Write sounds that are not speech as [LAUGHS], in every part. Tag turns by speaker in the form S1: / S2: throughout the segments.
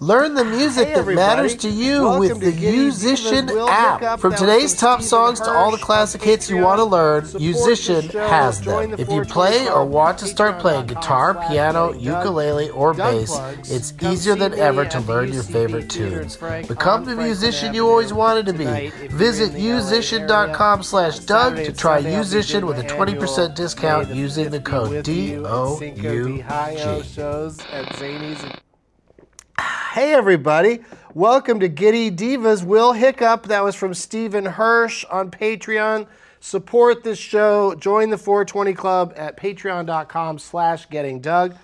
S1: Learn the music
S2: Hey,
S1: that matters to
S2: everybody.
S1: you
S2: Welcome
S1: with
S2: to
S1: the
S2: Getty
S1: Musician
S2: Divas. We'll look
S1: app.
S2: up
S1: From
S2: now
S1: today's
S2: some
S1: top
S2: Stephen
S1: songs to all the
S2: Hirsch
S1: classic
S2: on
S1: hits you
S2: Patreon.
S1: want to learn,
S2: Support
S1: Musician
S2: the show.
S1: has
S2: Join
S1: them.
S2: the
S1: If you
S2: 420
S1: play or
S2: Club.
S1: want to start playing guitar,
S3: Patreon.com/slash
S1: piano,
S2: Doug-
S1: ukulele, or
S2: Doug
S1: bass,
S2: Plugs.
S1: it's
S2: Come
S1: easier
S3: see
S1: than
S3: me
S1: ever
S3: at
S1: to
S3: the
S1: learn your
S3: UCB
S1: favorite
S3: Theater in
S1: tunes.
S3: Frank
S1: Become
S3: on
S1: the
S3: Franklin
S1: musician you
S3: Avenue
S1: always wanted to be.
S3: tonight if you're
S1: Visit
S3: in the LA
S1: musician.com
S3: area.
S1: slash Doug
S2: Saturday
S1: to
S2: and
S1: try
S2: Sunday, I'll be
S1: musician
S2: doing
S1: with a
S2: my
S1: 20%
S2: annual
S1: discount
S2: May the
S1: using the
S2: 5th be
S1: code
S2: with you at Cinco de Mayo
S1: D-O-U-G.
S2: shows at Zanies and- Hey everybody, welcome to Giddy Divas. Will Hiccup, that was from Stephen Hirsch on Patreon. Support this show. Join the 420 Club at patreon.com slash getting Doug.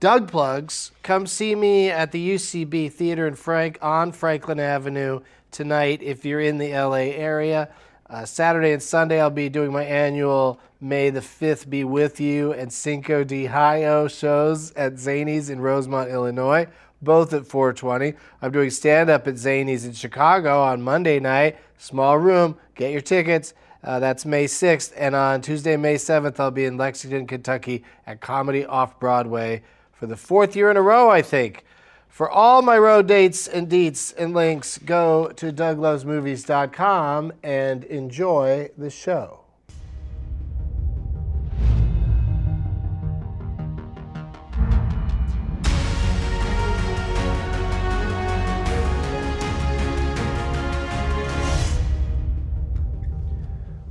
S2: Doug plugs, come see me at the UCB Theater in Frank on Franklin Avenue tonight if you're in the LA area. Uh, Saturday and Sunday, I'll be doing my annual May the 5th Be With You and Cinco de Mayo shows at Zanies in Rosemont, Illinois, both at 420. I'm doing stand up at Zanies in Chicago on Monday night, small room, get your tickets. Uh, that's May 6th. And on Tuesday, May 7th, I'll be in Lexington, Kentucky at Comedy Off Broadway for the fourth year in a row, I think. For all my road dates and deets and links, go to douglovesmovies.com and enjoy the show.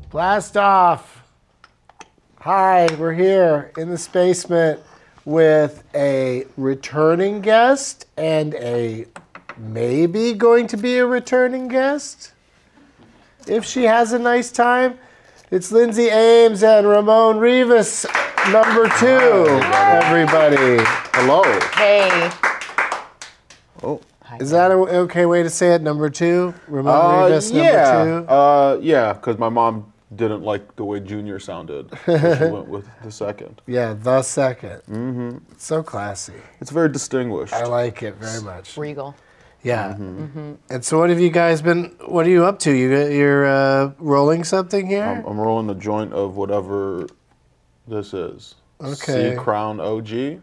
S2: Blast off. Hi, we're here in the basement with a returning guest and a maybe going to be a returning guest. If she has a nice time, it's Lindsay Ames and Ramon Rivas, number two, everybody.
S4: Hello.
S3: Hey.
S4: Oh.
S2: Is that an okay way to say it? Number two? Ramon
S4: Uh,
S2: Rivas, number
S4: yeah.
S2: two?
S4: Uh, yeah, because my mom didn't like the way Junior sounded.
S3: [LAUGHS]
S4: so she went with the second.
S2: yeah, the 2nd Mm-hmm. So classy.
S4: It's very distinguished.
S2: I like it very much.
S3: Regal. Mm-hmm.
S2: Yeah. And so, what have you guys been? What are you up to? You you're uh, rolling something here?
S4: I'm, I'm rolling the joint of whatever this is.
S2: Okay.
S4: C Crown OG.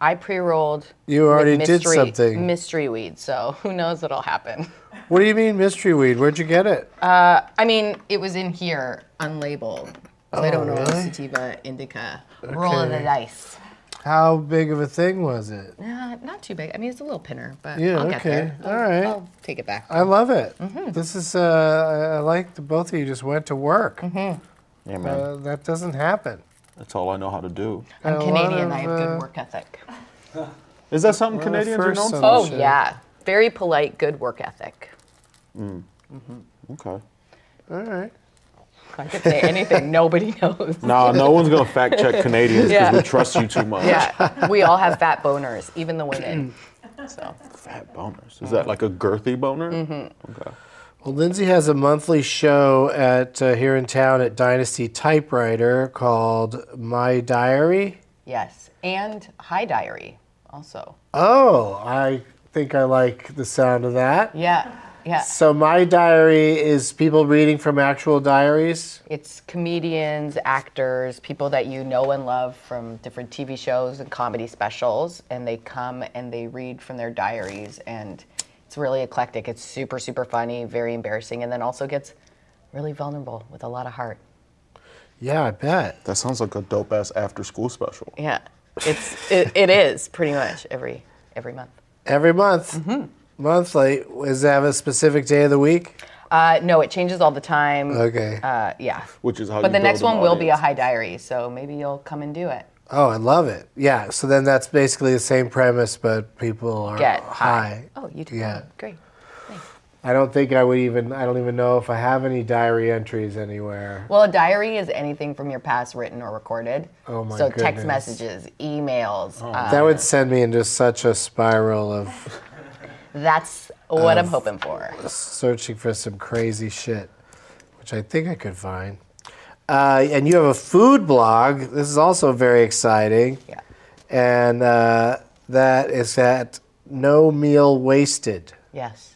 S3: I pre-rolled.
S2: you
S3: with
S2: already did
S3: mystery-
S2: something.
S3: Mystery weed, so [LAUGHS] who knows what'll happen.
S2: what do you mean mystery weed? Where'd you get it?
S3: Uh, I mean, it was in here, unlabeled. So I don't know
S2: Oh, really?
S3: sativa, indica. Rolling the
S2: Okay.
S3: dice.
S2: How big of a thing was it?
S3: Nah, not too big. I mean, it's a little pinner, but
S2: Yeah,
S3: I'll get
S2: okay.
S3: there.
S2: All
S3: I'll-
S2: right.
S3: I'll take it back.
S2: I love it.
S3: Mm-hmm.
S2: This is. Uh, I- I like the both of you just went to work.
S3: Mm-hmm.
S4: Yeah, man.
S2: Uh, that doesn't happen.
S4: That's all I know how to do.
S3: I'm
S2: a lot
S3: Canadian.
S2: of,
S3: I have good
S2: uh,
S3: work ethic.
S4: Is that something
S2: the
S4: Canadians are
S2: first
S4: known
S2: some-
S4: for?
S3: Oh,
S2: shit.
S3: yeah. Very polite, good work ethic.
S4: Okay.
S2: All right.
S3: I
S2: [LAUGHS]
S3: could say anything nobody knows.
S4: Nah, no one's gonna fact
S3: [LAUGHS]
S4: check Canadians because
S3: Yeah.
S4: we trust you too much.
S3: Yeah, we all have fat boners, even
S2: [CLEARS THROAT]
S3: the women. So
S4: Fat boners. Is that like a girthy boner?
S3: Mm-hmm.
S4: Okay.
S2: Well, Lindsay has a monthly show at uh, here in town at Dynasty Typewriter called My Diary.
S3: yes, and high diary also.
S2: Oh, I think I like the sound of that.
S3: Yeah, yeah.
S2: So my diary is people reading from actual diaries.
S3: It's comedians, actors, people that you know and love from different TV shows and comedy specials, and they come and they read from their diaries, and it's really eclectic. It's super, super funny, very embarrassing, and then also gets really vulnerable with a lot of heart.
S2: Yeah, I bet.
S4: That sounds like a dope ass after school special.
S3: Yeah, it's it, it is pretty much every every month.
S2: Every month,
S3: Mm-hmm.
S2: monthly, is that a specific day of the week?
S3: Uh, no, it changes all the time.
S2: Okay.
S3: Uh, yeah.
S4: Which is how.
S3: But
S4: you
S3: the next
S4: build
S3: one
S4: an
S3: will be a
S4: audience.
S3: high diary, so maybe you'll come and do it.
S2: oh, I love it. Yeah. So then that's basically the same premise, but people are
S3: Get
S2: high.
S3: Oh, you do.
S2: Yeah.
S3: Great.
S2: I don't think I would even. I don't even know if I have any diary entries anywhere.
S3: Well, a diary is anything from your past written or recorded.
S2: Oh, my
S3: So
S2: goodness. Oh.
S3: text messages, emails. uh,
S2: that would send me into such a spiral of
S3: that's what I'm hoping for.
S2: searching for some crazy shit, which I think I could find. Uh, and you have a food blog. This is also very exciting.
S3: Yeah.
S2: And uh, that is at No Meal Wasted.
S3: Yes.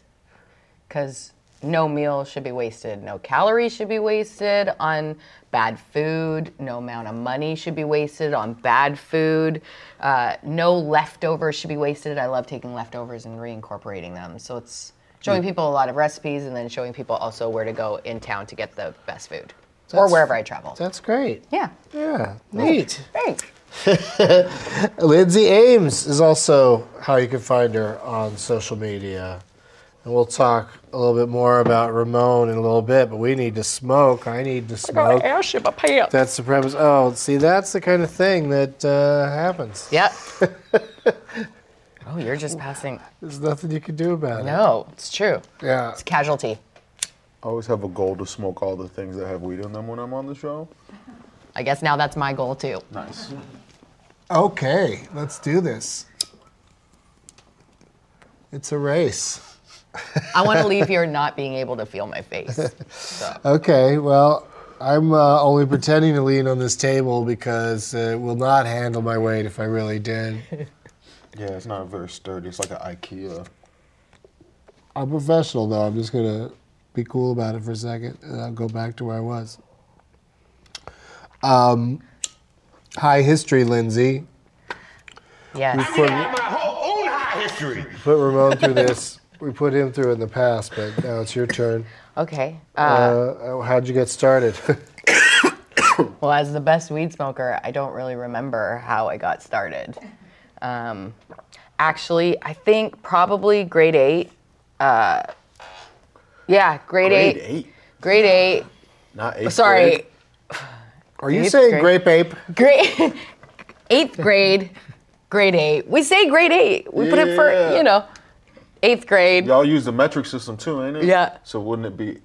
S3: Because no meal should be wasted, no calories should be wasted on bad food, no amount of money should be wasted on bad food, uh, no leftovers should be wasted. I love taking leftovers and reincorporating them. So it's showing
S2: Mm.
S3: people a lot of recipes and then showing people also where to go in town to get the best food or
S2: That's-
S3: wherever I travel.
S2: That's great.
S3: Yeah.
S2: Yeah, neat.
S3: Thanks.
S2: Lindsay Ames is also how you can find her on social media. And we'll talk a little bit more about Ramon in a little bit, but we need to smoke. I need to smoke.
S3: ash in my pants.
S2: That's the premise. Oh, see, that's the kind of thing that uh, happens.
S3: Yep. [LAUGHS] oh, you're just passing.
S2: There's nothing you can do about it.
S3: No, it's true.
S2: Yeah.
S3: It's a casualty.
S4: I always have a goal to smoke all the things that have weed in them when I'm on the show.
S3: I guess now that's my goal too.
S4: Nice.
S2: Okay, let's do this. It's a race.
S3: I want [LAUGHS] to leave here not being able to feel my face. [LAUGHS]
S2: Okay, well, I'm uh, only pretending to lean on this table because uh, it will not handle my weight if I really did.
S4: Yeah, it's not very sturdy. It's like an IKEA.
S2: I'm professional though. I'm just gonna be cool about it for a second, and I'll go back to where I was. Um, high history, Lindsay.
S3: Yes.
S5: I have my whole own high history.
S2: Put Ramon through this. We put him through in the past, but now it's your turn.
S3: Okay.
S2: Uh,
S3: Uh,
S2: how'd you get started? [LAUGHS]
S3: well, as the best weed smoker, I don't really remember how I got started. Um, actually, I think probably grade eight. Uh, yeah, grade,
S4: Grade
S3: eight.
S4: eight.
S3: Grade eight.
S4: Not eight.
S3: Sorry,
S2: Are you
S3: Eighth
S2: saying
S3: grade.
S2: grape ape?
S3: grade [LAUGHS] eighth grade, grade eight. We say grade eight. We put it for
S4: Yeah.
S3: you know, eighth grade.
S4: Y'all use the metric system too, ain't it?
S3: Yeah.
S4: So wouldn't it be,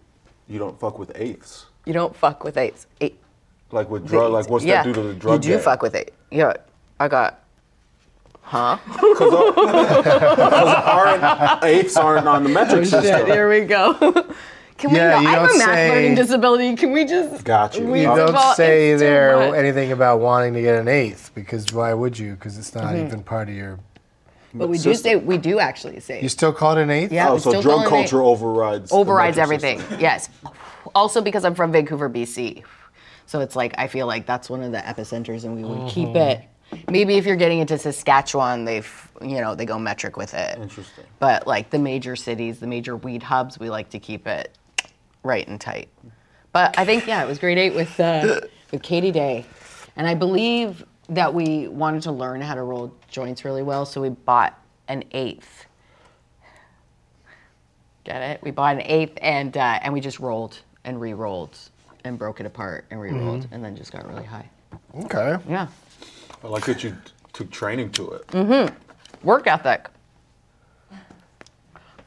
S4: you don't fuck with eighths?
S3: You don't fuck with eights. Eight.
S4: Like with drug, like what's
S3: yeah.
S4: that do to the drug?
S3: You do fuck with it. Yeah, I got.
S2: [LAUGHS]
S4: [LAUGHS] aren't, eighths aren't on the metric
S3: [LAUGHS]
S4: system.
S3: we go. Can
S2: Yeah,
S3: we?
S2: you
S3: Not, I have
S2: don't
S3: a math
S2: say-
S3: learning disability. Can we just?
S4: Got you.
S3: We
S2: You
S4: You First
S2: don't
S4: of
S3: all,
S2: say
S3: it's too
S2: there
S3: much.
S2: anything about wanting to get an eighth because why would you? Because it's not
S3: Mm-hmm.
S2: even part of your.
S3: But we do say we do actually say.
S2: You still call it an eighth?
S3: yeah,
S4: Oh,
S3: we
S4: so
S3: still
S4: drug
S3: call it an eight.
S4: culture overrides. the
S3: overrides
S4: metric system.
S3: everything. Yes. Also because I'm from Vancouver, BC, so it's like I feel like that's one of the epicenters, and we would
S4: Mm-hmm.
S3: keep it. Maybe if you're getting into Saskatchewan, they've you know they go metric with it.
S4: Interesting.
S3: But like the major cities, the major weed hubs, we like to keep it right and tight. But I think yeah, it was grade eight with uh, with Katie Day, and I believe that we wanted to learn how to roll joints really well, so we bought an eighth. Get it? We bought an eighth, and uh, and we just rolled and re-rolled and broke it apart and re-rolled,
S2: Mm-hmm.
S3: and then just got really high.
S2: Okay.
S3: Yeah,
S4: I like that you took training to it.
S3: Mm. work ethic.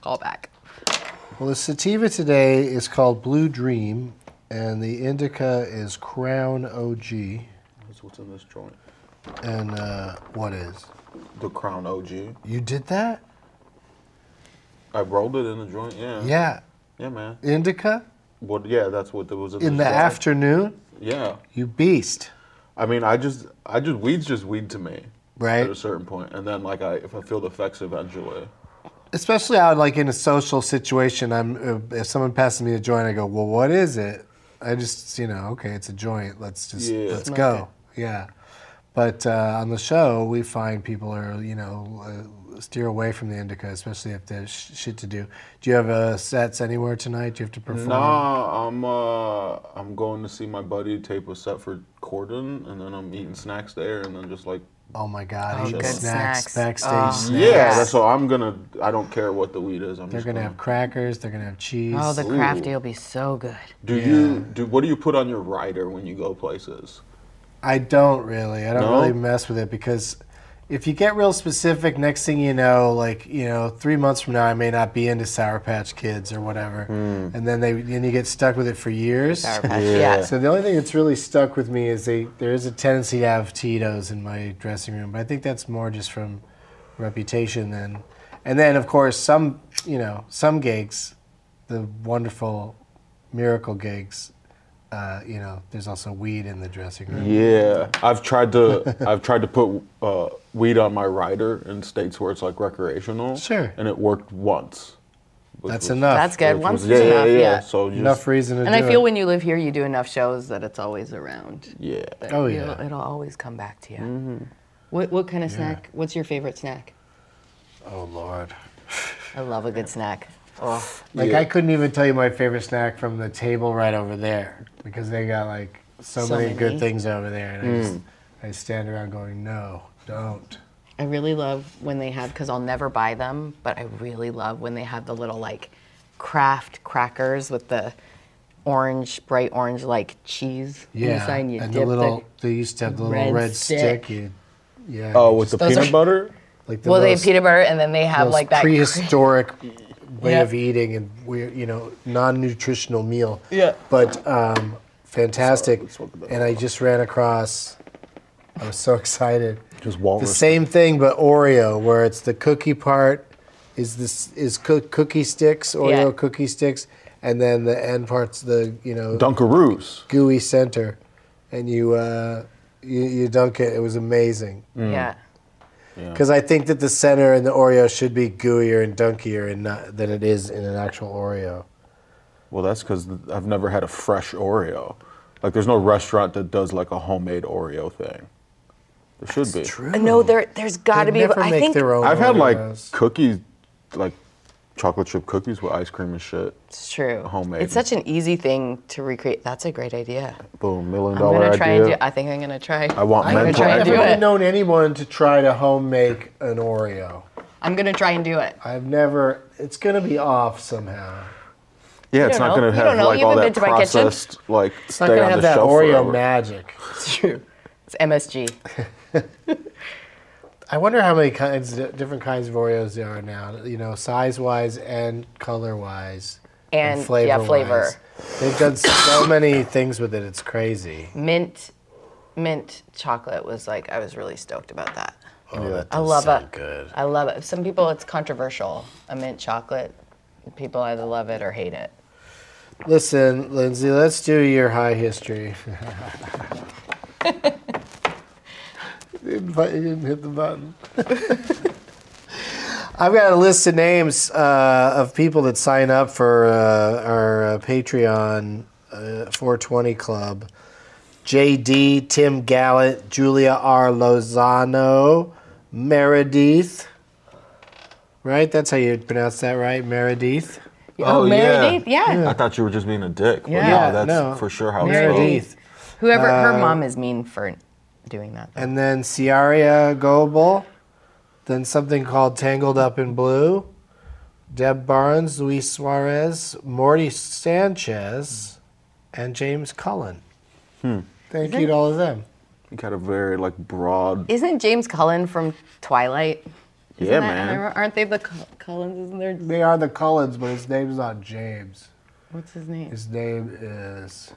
S3: Call back.
S2: Well, the sativa today is called Blue Dream, and the indica is Crown OG.
S4: That's what's in this joint.
S2: And uh, what is?
S4: The Crown OG.
S2: You did that?
S4: I rolled it in the joint. Yeah.
S2: Yeah.
S4: Yeah, man.
S2: Indica
S4: What? Yeah, that's what there was in,
S2: in the
S4: this joint.
S2: afternoon?
S4: Yeah.
S2: You beast.
S4: I mean, I just, I just weed's just weed to me.
S2: Right.
S4: At a certain point, and then like I, if I feel the effects eventually.
S2: Especially out like in a social situation, I'm uh, if someone passes me a joint, I go, "Well, what is it?" I just, you know, okay, it's a joint. Let's just
S4: Yeah.
S2: let's go. Yeah. But uh, on the show, we find people are, you know, uh, steer away from the indica, especially if there's sh- shit to do. Do you have uh, sets anywhere tonight? Do you have to perform?
S4: Nah, I'm, uh, I'm going to see my buddy tape with Setford Corden, and then I'm eating snacks there, and then just like.
S2: Oh my God! eat
S3: good
S2: snacks,
S3: snacks.
S2: backstage.
S3: Oh.
S2: snacks.
S4: Yeah, that's so I'm gonna. I don't care what the weed is. I'm
S2: They're
S4: just
S2: gonna have crackers. They're gonna have cheese.
S3: Oh, the
S4: Ooh.
S3: craft deal be so good.
S4: Do you do what do you put on your rider when you go places?
S2: I don't really. I don't
S4: No?
S2: really mess with it because if you get real specific, next thing you know, like you know, three months from now, I may not be into Sour Patch Kids or whatever, and then they then you get stuck with it for years.
S3: Sour Patch, Yeah. yeah.
S2: So the only thing that's really stuck with me is they there is a tendency to have Tito's in my dressing room, but I think that's more just from reputation than. And then of course some you know some gigs, the wonderful miracle gigs, uh, you know, there's also weed in the dressing room.
S4: Yeah, I've tried
S2: [LAUGHS]
S4: to I've tried to put uh, weed on my rider in states where it's like recreational.
S2: Sure.
S4: And it worked once, which
S2: That's
S4: was-
S2: enough.
S3: That's good.
S4: which
S3: Once
S4: was-
S3: is
S4: yeah,
S3: enough.
S4: Yeah,
S3: Yeah.
S4: yeah. So just,
S2: Enough reason to
S3: And
S2: do
S3: I feel
S2: it.
S3: when you live here, you do enough shows that it's always around.
S4: Yeah.
S3: That
S2: Oh,
S3: you'll-
S2: yeah.
S3: It'll always come back to you. What what kind of snack? What's your favorite snack?
S2: oh lord.
S3: I love a good snack. Oh,
S2: Like
S4: Yeah.
S2: I couldn't even tell you my favorite snack from the table right over there because they got like so,
S3: So
S2: many, good
S3: many. Mm.
S2: things over there, and I, just, I stand around going, no, don't.
S3: I really love when they have because I'll never buy them, but I really love when they have the little like craft crackers with the orange, bright orange like cheese
S2: Yeah,
S3: inside. You
S2: and
S3: dip
S2: the little they used to have the little red,
S3: red
S2: stick.
S3: stick.
S2: You, yeah.
S4: Oh,
S2: you
S4: with the
S2: just-
S3: Those
S4: peanut
S3: are-
S4: butter?
S2: like the
S3: well, they
S2: most-
S3: have peanut butter and then they have
S2: most
S3: like that.
S2: prehistoric way
S3: [LAUGHS] Yeah.
S2: of eating and weird, you know, non-nutritional meal.
S3: Yeah.
S2: But um, fantastic.
S4: Sorry, let's look at that.
S2: and I just ran across. I was so [LAUGHS] excited.
S4: Just
S2: The
S4: walrus.
S2: same thing, but Oreo, where it's the cookie part is this is cook, cookie sticks, Oreo
S3: Yeah.
S2: cookie sticks, and then the end part's the you know
S4: Dunkaroos.
S2: gooey center, and you uh, you, you dunk it. It was amazing.
S3: Yeah.
S2: Because I think that the center and the Oreo should be gooier and dunkier and not, than it is in an actual Oreo.
S4: Well, that's because I've never had a fresh Oreo. Like, there's no restaurant that does like a homemade Oreo thing. There should be.
S3: No, there, there's got to
S2: Mm. They
S3: be.
S2: never
S3: I
S2: make
S3: think
S2: their own.
S4: I've had
S2: Oreos.
S4: like cookies, like chocolate chip cookies with ice cream and shit.
S3: it's true.
S4: Homemade.
S3: It's such an easy thing to recreate. That's a great idea.
S4: Boom, million
S3: I'm
S4: dollar
S3: gonna try and do.
S4: idea.
S3: I think I'm gonna try.
S4: I want
S3: I'm gonna
S4: mental
S3: try
S2: I've
S3: and do
S4: effort.
S2: never
S3: it.
S2: known anyone to try to home make an Oreo.
S3: I'm gonna try and do it.
S2: I've never. It's gonna be off somehow.
S4: yeah, it's
S3: don't
S4: not
S3: know.
S4: gonna
S3: You
S4: have
S3: don't know.
S4: like
S3: You
S4: all
S3: haven't
S4: that
S3: been to my kitchen.
S4: processed like
S2: It's
S4: stay
S2: not gonna
S4: on
S2: have
S4: the
S2: that
S4: shelf
S2: Oreo
S4: Oh, forever.
S2: magic.
S3: It's true. It's MSG.
S2: I wonder how many kinds, different kinds of Oreos there are now. You know, size wise and color wise.
S3: And, yeah, flavor.
S2: They've done so many things with it. It's crazy.
S3: Mint, mint chocolate was like I was really stoked about that.
S2: Oh, that
S3: I
S2: does
S3: love
S2: sound
S3: it.
S2: Good.
S3: I love it. Some people it's controversial. A mint chocolate, people either love it or hate it.
S2: Listen, Lindsay, let's do your high history. [LAUGHS] Invite- you didn't hit the button. [LAUGHS] I've got a list of names uh, of people that sign up for uh, our uh, Patreon uh, 420 Club. JD, Tim Gallant, Julia R. Lozano, Meredith. Right? That's how you pronounce that, right? Meredith.
S4: Oh,
S3: Meredith, yeah.
S4: I thought you were just being a dick. But
S3: Yeah.
S4: no, that's
S2: no.
S4: for sure how
S3: Meredith.
S4: it's
S2: Meredith.
S3: Whoever
S2: Uh,
S3: her mom is mean for doing that.
S2: and then Ciaria Goebel, then something called Tangled Up in Blue, Deb Barnes, Luis Suarez, Morty Sanchez, and James Cullen. Thank you to all of them.
S4: You got a very like broad.
S3: Isn't James Cullen from Twilight?
S4: yeah,
S3: Isn't that-
S4: man.
S3: Aren't they the Cul- Cullens? Isn't there?
S2: They are the Cullens, but his name's not James.
S3: What's his name?
S2: His name is.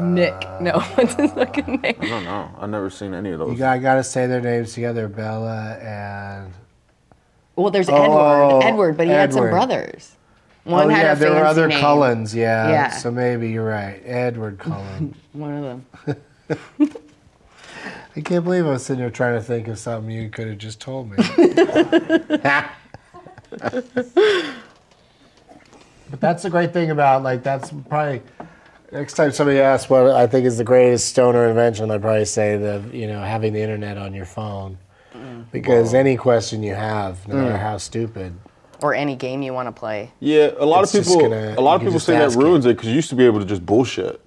S3: Nick. No, [LAUGHS] what's his fucking
S4: I
S3: name?
S4: don't know. I've never seen any of those.
S2: You got, I gotta say their names together, Bella and.
S3: Well, there's
S2: Oh,
S3: Edward. Edward, but he had some
S2: Edward.
S3: brothers. One
S2: oh
S3: had
S2: yeah,
S3: a
S2: there were
S3: fancy
S2: other
S3: name.
S2: Cullens, yeah.
S3: Yeah.
S2: So maybe you're right, Edward Cullen.
S3: One of them.
S2: I can't believe I was sitting here trying to think of something you could have just told me. [LAUGHS] but that's the great thing about like that's probably next time somebody asks what I think is the greatest stoner invention, I'd probably say the you know having the internet on your phone.
S4: Mm.
S2: Because any question you have, no matter how stupid,
S3: Or any game you want to play.
S4: Yeah, a lot
S2: It's
S4: of
S2: just
S4: people.
S2: gonna-
S4: a
S2: you
S4: lot of
S2: can
S4: people
S2: just
S4: say that
S2: ask it.
S4: ruins it because you used to be able to just bullshit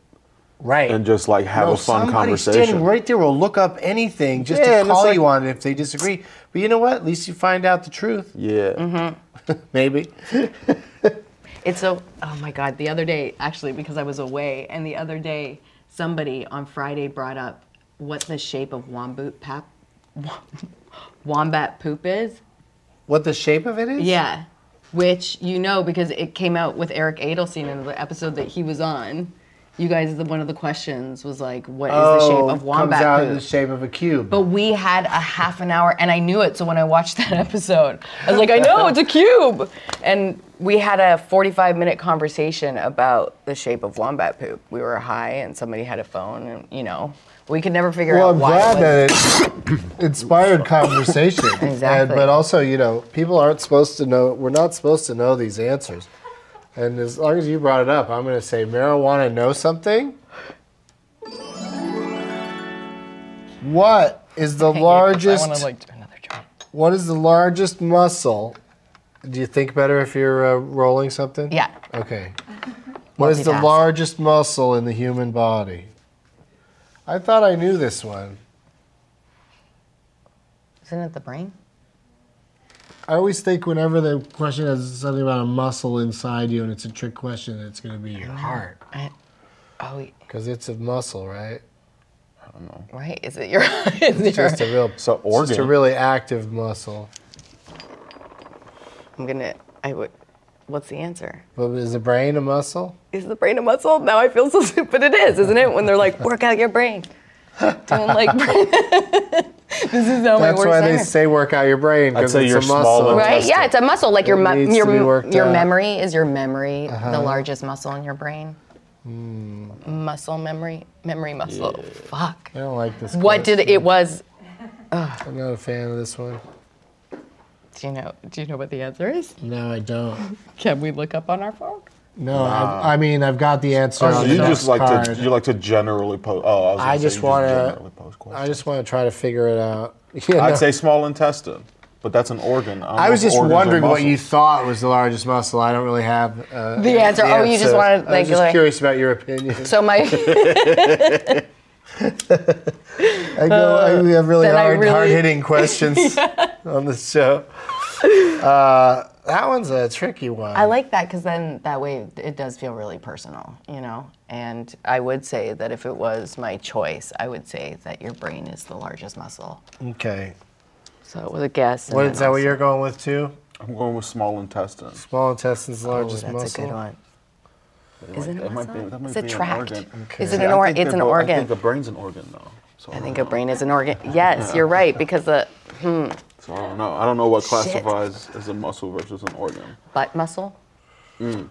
S2: right?
S4: and just like have
S2: No,
S4: a fun
S2: somebody
S4: conversation.
S2: standing right there will look up anything just
S4: Yeah,
S2: to
S4: and it's
S2: call
S4: like-
S2: you on it if they disagree. But you know what? At least you find out the truth,
S4: Yeah.
S2: maybe.
S3: It's so. Oh my God! The other day, actually, because I was away, and the other day, somebody on Friday brought up what the shape of wombat pap, [LAUGHS] wombat poop is.
S2: What the shape of it is?
S3: Yeah. Which you know because it came out with Eric Adelstein in the episode that he was on. You guys, the, one of the questions was like, "What is the
S2: oh,
S3: shape of
S2: comes
S3: wombat
S2: out
S3: poop?"
S2: in the shape of a cube.
S3: But we had a half an hour, and I knew it. So when I watched [LAUGHS] that episode, I was like, I know it's a cube. And we had a 45-minute conversation about the shape of wombat poop. We were high, and somebody had a phone, and you know, we could never figure
S2: well,
S3: out
S2: I'm
S3: why.
S2: glad
S3: it was-
S2: that it [COUGHS] inspired conversation. And-
S3: [LAUGHS] Exactly.
S2: but also, you know, people aren't supposed to know. We're not supposed to know these answers. And as long as you brought it up, I'm going to say marijuana knows something. What is the
S3: I hate this. I
S2: largest?
S3: want to like do another try.
S2: What is the largest muscle? Do you think better if you're uh, rolling something?
S3: Yeah. [LAUGHS]
S2: Okay. What is the
S3: Multitask.
S2: largest muscle in the human body? I thought I knew this one.
S3: Isn't it the brain?
S2: I always think whenever the question has something about a muscle inside you and it's a trick question, it's going to be
S3: Mm.
S2: your heart
S3: I, oh, wait,
S2: because it's a muscle,
S3: [LAUGHS]
S2: right?
S3: right. Is it your? [LAUGHS] Is it your
S2: Just a real,
S4: It's an organ.
S2: just a really active muscle.
S3: I'm gonna. I would. What's the answer?
S2: But is the brain a muscle?
S3: is the brain a muscle? Now I feel so [LAUGHS] stupid. But it is, isn't it? When they're like, work out your brain. Doing like, [LAUGHS] this is how my
S2: That's
S3: worst
S2: why they
S3: nightmare.
S2: say work out your brain
S4: I'd
S2: because
S4: say
S2: it's
S4: your
S2: a muscle.
S4: small
S3: Right? Yeah, it's a muscle. Like your
S2: It
S3: mu-
S2: needs
S3: your
S2: to be
S3: m-
S2: worked
S3: your
S2: out. Uh-huh.
S3: memory is your memory the largest muscle in your brain.
S2: Hmm.
S3: Muscle memory, memory muscle. Fuck.
S2: I don't like this.
S3: What did it was?
S2: I'm not a fan of this one.
S3: Do you know? Do you know what the answer is?
S2: No, I don't.
S3: Can we look up on our phone?
S2: No, I, I mean I've got the answer.
S4: Oh, So
S2: on the
S4: you just like
S2: card.
S4: to you like to generally post. Oh, I, was gonna
S2: I
S4: say
S2: just
S4: you
S2: wanna-
S4: generally post questions.
S2: I just want to try to figure it out. [LAUGHS] Yeah,
S4: I'd
S2: no.
S4: say small intestine, but that's an organ. don't
S2: I
S4: know
S2: was
S4: if
S2: just
S4: organs are
S2: wondering what you
S4: muscles.
S2: thought was the largest muscle. I don't really have uh,
S3: The answer. oh, you just
S2: answer.
S3: wanted
S2: I
S3: like.
S2: was just
S3: like-
S2: curious about your
S3: [LAUGHS]
S2: opinion.
S3: so my
S2: [LAUGHS] I, go, I we have really
S3: then I
S2: hard,
S3: really-
S2: hard
S3: [LAUGHS]
S2: hitting questions on the show. Uh, that one's a tricky one.
S3: I like that because then that way it does feel really personal, you know? And I would say that if it was my choice, I would say that your brain is the largest muscle.
S2: Okay,
S3: So it was a guess. and
S2: what
S3: then
S2: is that? What
S3: also-
S2: you're going with too?
S4: I'm going with small intestine.
S2: Small intestine's the
S3: Oh,
S2: largest
S3: that's
S2: muscle.
S3: a good one. Is it a
S4: That might be-
S3: muscle?
S4: that might
S3: It's
S4: be
S3: a
S4: an
S3: tract.
S4: organ.
S3: Is it
S4: Yeah,
S3: an
S4: I
S3: organ?
S4: think
S3: It's
S4: they're
S3: an
S4: bo- I think the
S3: organ.
S4: brain's an organ, though. So
S3: I think a brain is an organ. Yes, you're right because the
S4: So I don't know. I don't know what
S3: Shit.
S4: classifies as a muscle versus an organ.
S3: butt muscle.
S4: Mm.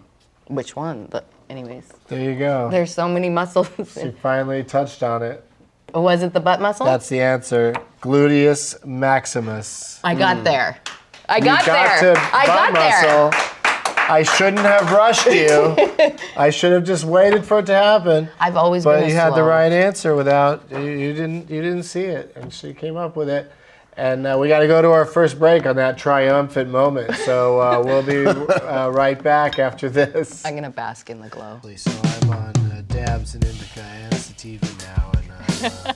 S3: Which one? The, anyways,
S2: There you go.
S3: there's so many muscles.
S2: You finally touched on it.
S3: [LAUGHS] was it the butt muscle?
S2: That's the answer. Gluteus maximus.
S3: I
S4: Mm.
S3: got there. I got,
S2: you got
S3: there.
S2: to
S3: I got
S2: butt
S3: there.
S2: muscle. I shouldn't have
S3: [LAUGHS]
S2: rushed you. I should have just waited for it to happen.
S3: I've always
S2: but
S3: been. a
S2: you had the
S3: slow.
S2: right answer without you, you didn't you didn't see it, and she came up with it. And uh, we got to go to our first break on that triumphant moment. So
S3: [LAUGHS]
S2: uh, we'll be uh, right back after this.
S3: I'm gonna bask in the glow.
S2: So I'm on uh, dabs and indica and sativa now, and I'm
S3: [LAUGHS]
S2: uh,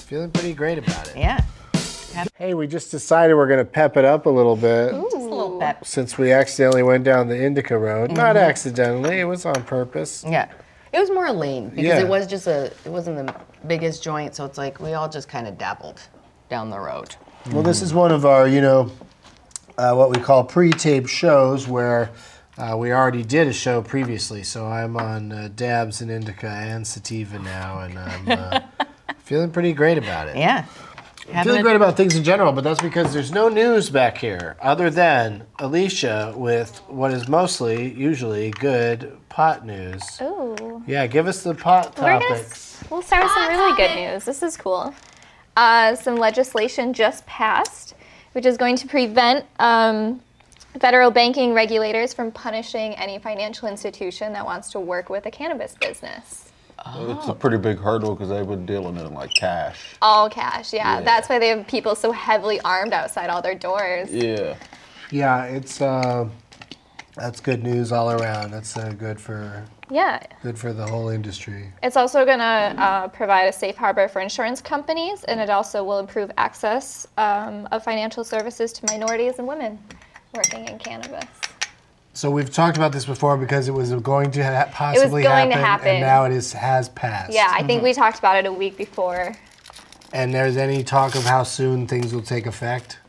S2: feeling pretty great about it.
S3: Yeah.
S2: Hey, we just decided we're going to pep it up a little bit.
S3: Just a little bit.
S2: since we accidentally went down the indica road. Not accidentally, it was on purpose.
S3: Yeah. It was more lame because
S2: Yeah.
S3: it was just a it wasn't the biggest joint, so it's like we all just kind of dabbled down the road.
S2: Well, this is one of our, you know, uh, what we call pre-tape shows where uh, we already did a show previously. So I'm on uh, dabs and indica and sativa now, and I'm [LAUGHS] uh, feeling pretty great about it.
S3: Yeah.
S2: I'm feeling great about things in general, but that's because there's no news back here other than Alicia with what is mostly, usually, good pot news.
S6: Ooh.
S2: Yeah, give us the pot
S6: We're
S2: topics.
S6: gonna, s- we'll start with some really good news. This is cool. Uh, some legislation just passed, which is going to prevent um, federal banking regulators from punishing any financial institution that wants to work with a cannabis business.
S4: It's a pretty big hurdle because they've been dealing in like cash.
S6: All cash, yeah.
S4: Yeah.
S6: That's why they have people so heavily armed outside all their doors.
S4: Yeah.
S2: Yeah, it's uh, that's good news all around. That's uh, good for
S6: Yeah.
S2: good for the whole industry.
S6: It's also going to uh, provide a safe harbor for insurance companies, and it also will improve access um, of financial services to minorities and women working in cannabis.
S2: So we've talked about this before because it was going to ha- possibly
S6: going to
S2: happen, and
S6: happen.
S2: now it is has passed.
S6: Yeah, I think we talked about it a week before.
S2: And there's any talk of how soon things will take effect?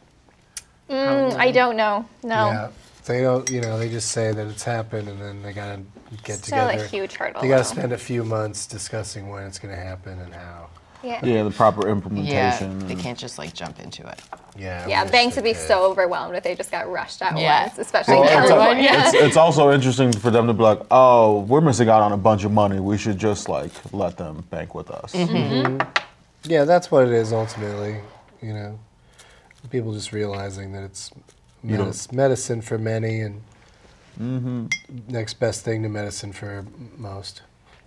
S6: Mm, I don't know. No.
S2: Yeah. They don't, you know, they just say that it's happened and then they gotta get
S6: Still a
S2: together.
S6: huge hurdle,
S2: They gotta
S6: though.
S2: spend a few months discussing when it's gonna happen and how.
S6: Yeah.
S4: Yeah, the proper
S3: Yeah,
S4: implementation.
S3: they
S4: and-
S3: can't just like jump into it.
S2: Yeah. I
S6: Yeah,
S2: wish
S6: banks
S2: they
S6: would be
S2: could.
S6: so overwhelmed if they just got rushed at
S3: Yeah.
S6: once, especially in
S4: Well, it's-
S6: California.
S4: it's, it's also interesting for them to be like, oh, we're missing out on a bunch of money. We should just like let them bank with us.
S2: Yeah, that's what it is ultimately. You know, people just realizing that it's
S4: You don't-
S2: medis- medicine for many and Mm-hmm. next best thing to medicine for m- most.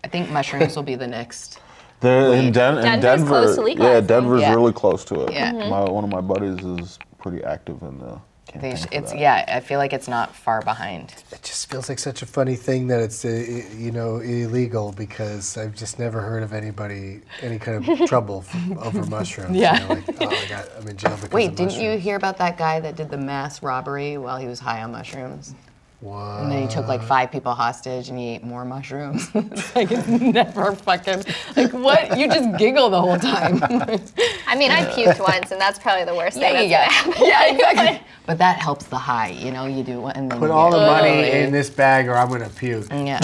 S3: I think mushrooms will be the next.
S4: They're in, Den- in
S6: Denver's
S4: Denver.
S6: close to Mm-hmm.
S4: yeah,
S6: legalizing.
S4: Denver's
S3: Yeah.
S4: really close to it.
S3: Yeah. Mhm.
S4: My, one of my buddies is pretty active in the campaign.
S3: They sh-
S4: for
S3: it's
S4: that.
S3: yeah. I feel like it's not far behind.
S2: It just feels like such a funny thing that it's uh, i- you know illegal because I've just never heard of anybody any kind [LAUGHS] of trouble f- over mushrooms. you
S3: Yeah.
S2: know, like, oh, I got, I'm in jail because
S3: Wait,
S2: of
S3: didn't you
S2: mushrooms.
S3: hear about that guy that did the mass robbery while he was high on mushrooms?
S2: What?
S3: And then he took
S2: Uh.
S3: like five people hostage and he ate more mushrooms. [LAUGHS] it's like it's never fucking like what? You just giggle the whole time. [LAUGHS]
S6: I mean, I puked once, and that's probably the worst thing. that's ever happened.
S3: yeah, [LAUGHS] exactly. But that helps the high, you know. You do, and then
S2: Put
S3: you
S2: all
S3: get-
S2: the money in this bag, or I'm gonna puke.
S3: Mm. Yeah,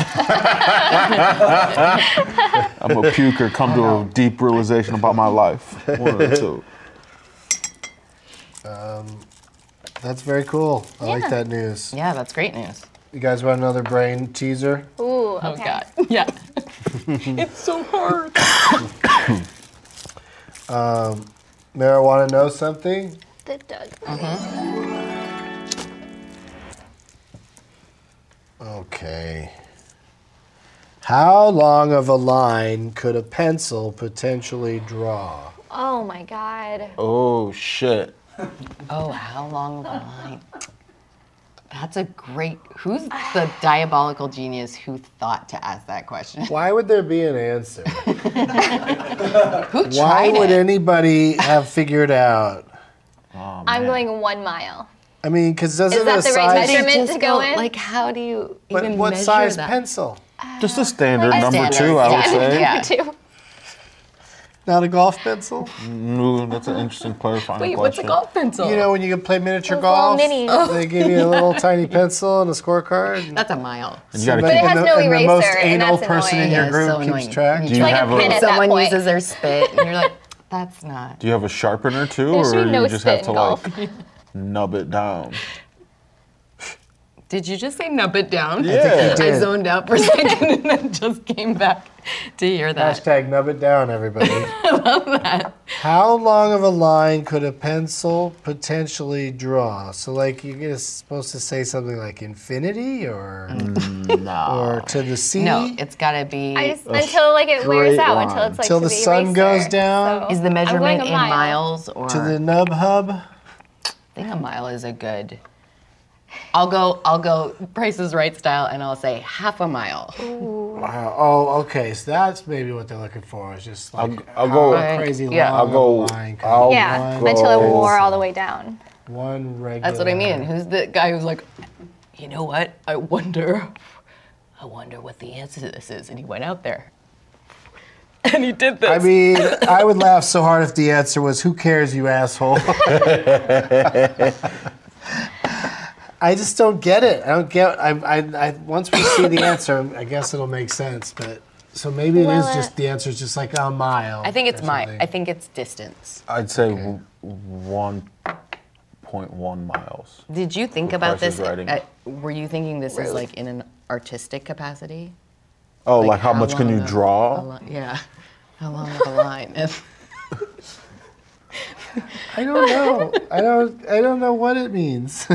S4: I'm a puker.
S3: [LAUGHS]
S4: Come to a deep realization about my life. One or two.
S2: That's very cool. I like that news.
S3: yeah, that's
S2: [LAUGHS]
S3: great news.
S2: You guys want another brain teaser?
S6: [LAUGHS] Ooh,
S3: Oh
S6: okay.
S3: God,
S2: [LAUGHS]
S3: yeah. it's so hard.
S2: Marijuana knows something.
S6: The Doug.
S2: Okay. How long of a line could a pencil potentially draw?
S6: Oh my God.
S4: Oh shit.
S3: Oh, how long of a line? That's a great. Who's the diabolical genius who thought to ask that question?
S2: Why would there be an answer?
S3: Who tried
S2: Why would
S3: it?
S2: anybody have figured out?
S4: Oh,
S6: I'm going one mile.
S2: I mean, because doesn't
S6: Is that
S2: a
S6: the right
S2: size?
S3: They
S6: measurement? meant
S3: just
S6: to go in?
S3: Like, how do you
S2: But
S3: even
S2: what
S3: measure
S2: size
S3: that?
S2: pencil?
S4: Just a standard
S6: Like
S4: number
S3: standard,
S4: two, I would
S6: [LAUGHS]
S3: yeah.
S4: say.
S3: Yeah.
S6: Two.
S2: Not a golf pencil.
S4: Ooh, that's an interesting clarifying
S3: Wait,
S4: question.
S3: what's a golf pencil?
S2: You know when you can play miniature
S6: Those little
S2: golf,
S6: minis.
S2: they give you a little tiny pencil and a scorecard. and-
S3: that's a mile.
S4: You gotta
S2: But
S4: keep
S6: it has
S2: and the,
S6: no
S2: and the most
S6: eraser, and
S2: anal
S6: that's
S2: person in
S6: annoying.
S2: your
S3: Yeah,
S2: group
S3: so
S2: keeps
S3: annoying.
S2: track.
S4: Do you
S6: like a
S4: have
S6: pin at that
S3: Someone
S6: point.
S3: uses their spit, and you're like, [LAUGHS] that's not.
S4: Do you have a sharpener too,
S6: There should
S4: or
S6: be no
S4: you just have
S6: spit
S4: to
S6: in golf.
S4: like nub it down?
S3: Did you just say nub it down?
S4: Yeah.
S2: did.
S3: I zoned out for a [LAUGHS] second and then just came back to hear that.
S2: Hashtag nub it down,
S3: [LAUGHS]
S2: everybody. I love that. How long of a line could a pencil potentially draw? So, like, you're gonna- supposed to say something like infinity or
S4: Mm,
S2: or to the sea.
S3: No, it's gotta be.
S6: I just, until like it wears
S4: straight
S6: out,
S4: line.
S6: until it's like
S2: Till
S6: to
S2: the sun goes
S6: eraser.
S2: down.
S6: So,
S3: is the
S6: I'm going
S3: measurement
S6: a
S3: in
S6: mile.
S3: miles or?
S2: to the nub hub.
S3: I think a mile is a good. I'll go. I'll go. Price is Right style, and I'll say half a mile.
S2: Wow. Oh, okay. So that's maybe what they're looking for. Is just like
S4: I'll
S2: how
S4: go-
S2: crazy
S3: Yeah.
S2: long
S4: I'll go.
S2: of a line. could-
S4: I'll
S6: Yeah,
S4: go-
S6: until it wore all the way down.
S2: one regular.
S3: That's what I mean. Who's the guy who's like, you know what? I wonder. I wonder what the answer to this is, and he went out there, [LAUGHS] and he did this.
S2: I mean, I would laugh so hard if the answer was, "Who cares, you asshole." [LAUGHS] I just don't get it. I don't get. I, I, I once we see the answer, I guess it'll make sense. But so maybe it is
S6: Well, uh,
S2: just the answer is just like a mile.
S3: I think it's
S2: or
S3: my.
S2: something.
S3: I think it's distance.
S4: I'd say w- one point one miles.
S3: Did you think
S4: The
S3: about
S4: Price is
S3: this?
S4: Writing.
S3: uh, were you thinking this is
S6: Rude.
S3: like in an artistic capacity?
S4: Oh, like, how, much can
S3: long
S4: you
S3: a- a
S4: draw?
S3: li- yeah. How long of a line? [LAUGHS] is-
S2: I don't know. I don't. I don't know what it means.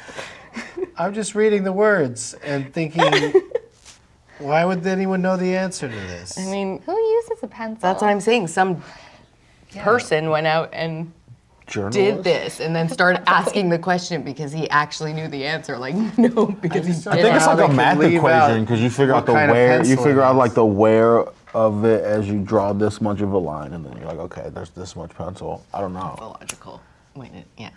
S2: [LAUGHS] I'm just reading the words and thinking, why would anyone know the answer to this?
S3: I mean,
S6: Who uses a pencil?
S3: that's what I'm saying. Some person went out and
S4: Journalist?
S3: did this and
S4: [LAUGHS]
S3: then started asking the question because he actually knew the answer. Like, [LAUGHS] no, because he
S2: just
S3: did
S2: don't
S4: I think
S2: Yeah,
S4: it's
S2: how
S4: like
S2: they
S4: a
S2: can
S4: math
S2: leave
S4: equation
S2: out
S4: because you figure
S2: what
S4: out the
S2: kind of
S4: where. You
S2: pencil it
S4: figure out like
S2: is.
S4: the where of it as you draw this much of a line, and then you're like, okay, there's this much pencil. I don't know,
S3: logical. Wait, it- yeah.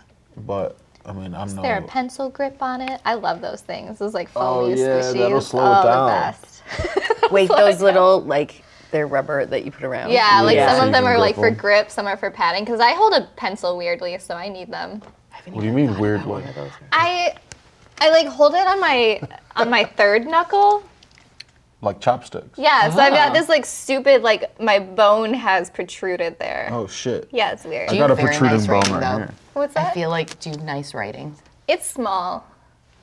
S4: but I mean, I'm
S6: Is there a
S4: no.
S6: pencil grip on it? I love those things. Those like
S4: Oh,
S6: foamy
S4: yeah,
S6: squishies.
S4: that'll slow it
S6: oh,
S4: down.
S6: The
S4: [LAUGHS]
S3: [LAUGHS]
S6: best.
S3: Wait, those little like they're rubber that you put around.
S6: Yeah, like
S4: Yeah.
S6: some of them
S4: You can
S6: are like
S4: grip
S6: for
S4: 'em.
S6: grip, some are for padding. Because I hold a pencil weirdly, so I need them.
S4: What do you mean weirdly?
S6: I I like hold it on my
S4: [LAUGHS]
S6: on my third knuckle.
S4: Like chopsticks.
S6: Yeah, so I've
S4: Ah.
S6: got this like stupid like my bone has protruded there.
S4: Oh shit.
S6: Yeah, it's weird.
S4: I
S3: Do
S4: got a
S3: very
S4: protruding
S3: nice
S4: bone
S3: writing,
S4: right
S3: though.
S4: here.
S6: What's
S3: I
S6: that?
S3: feel like do nice writing.
S6: it's small.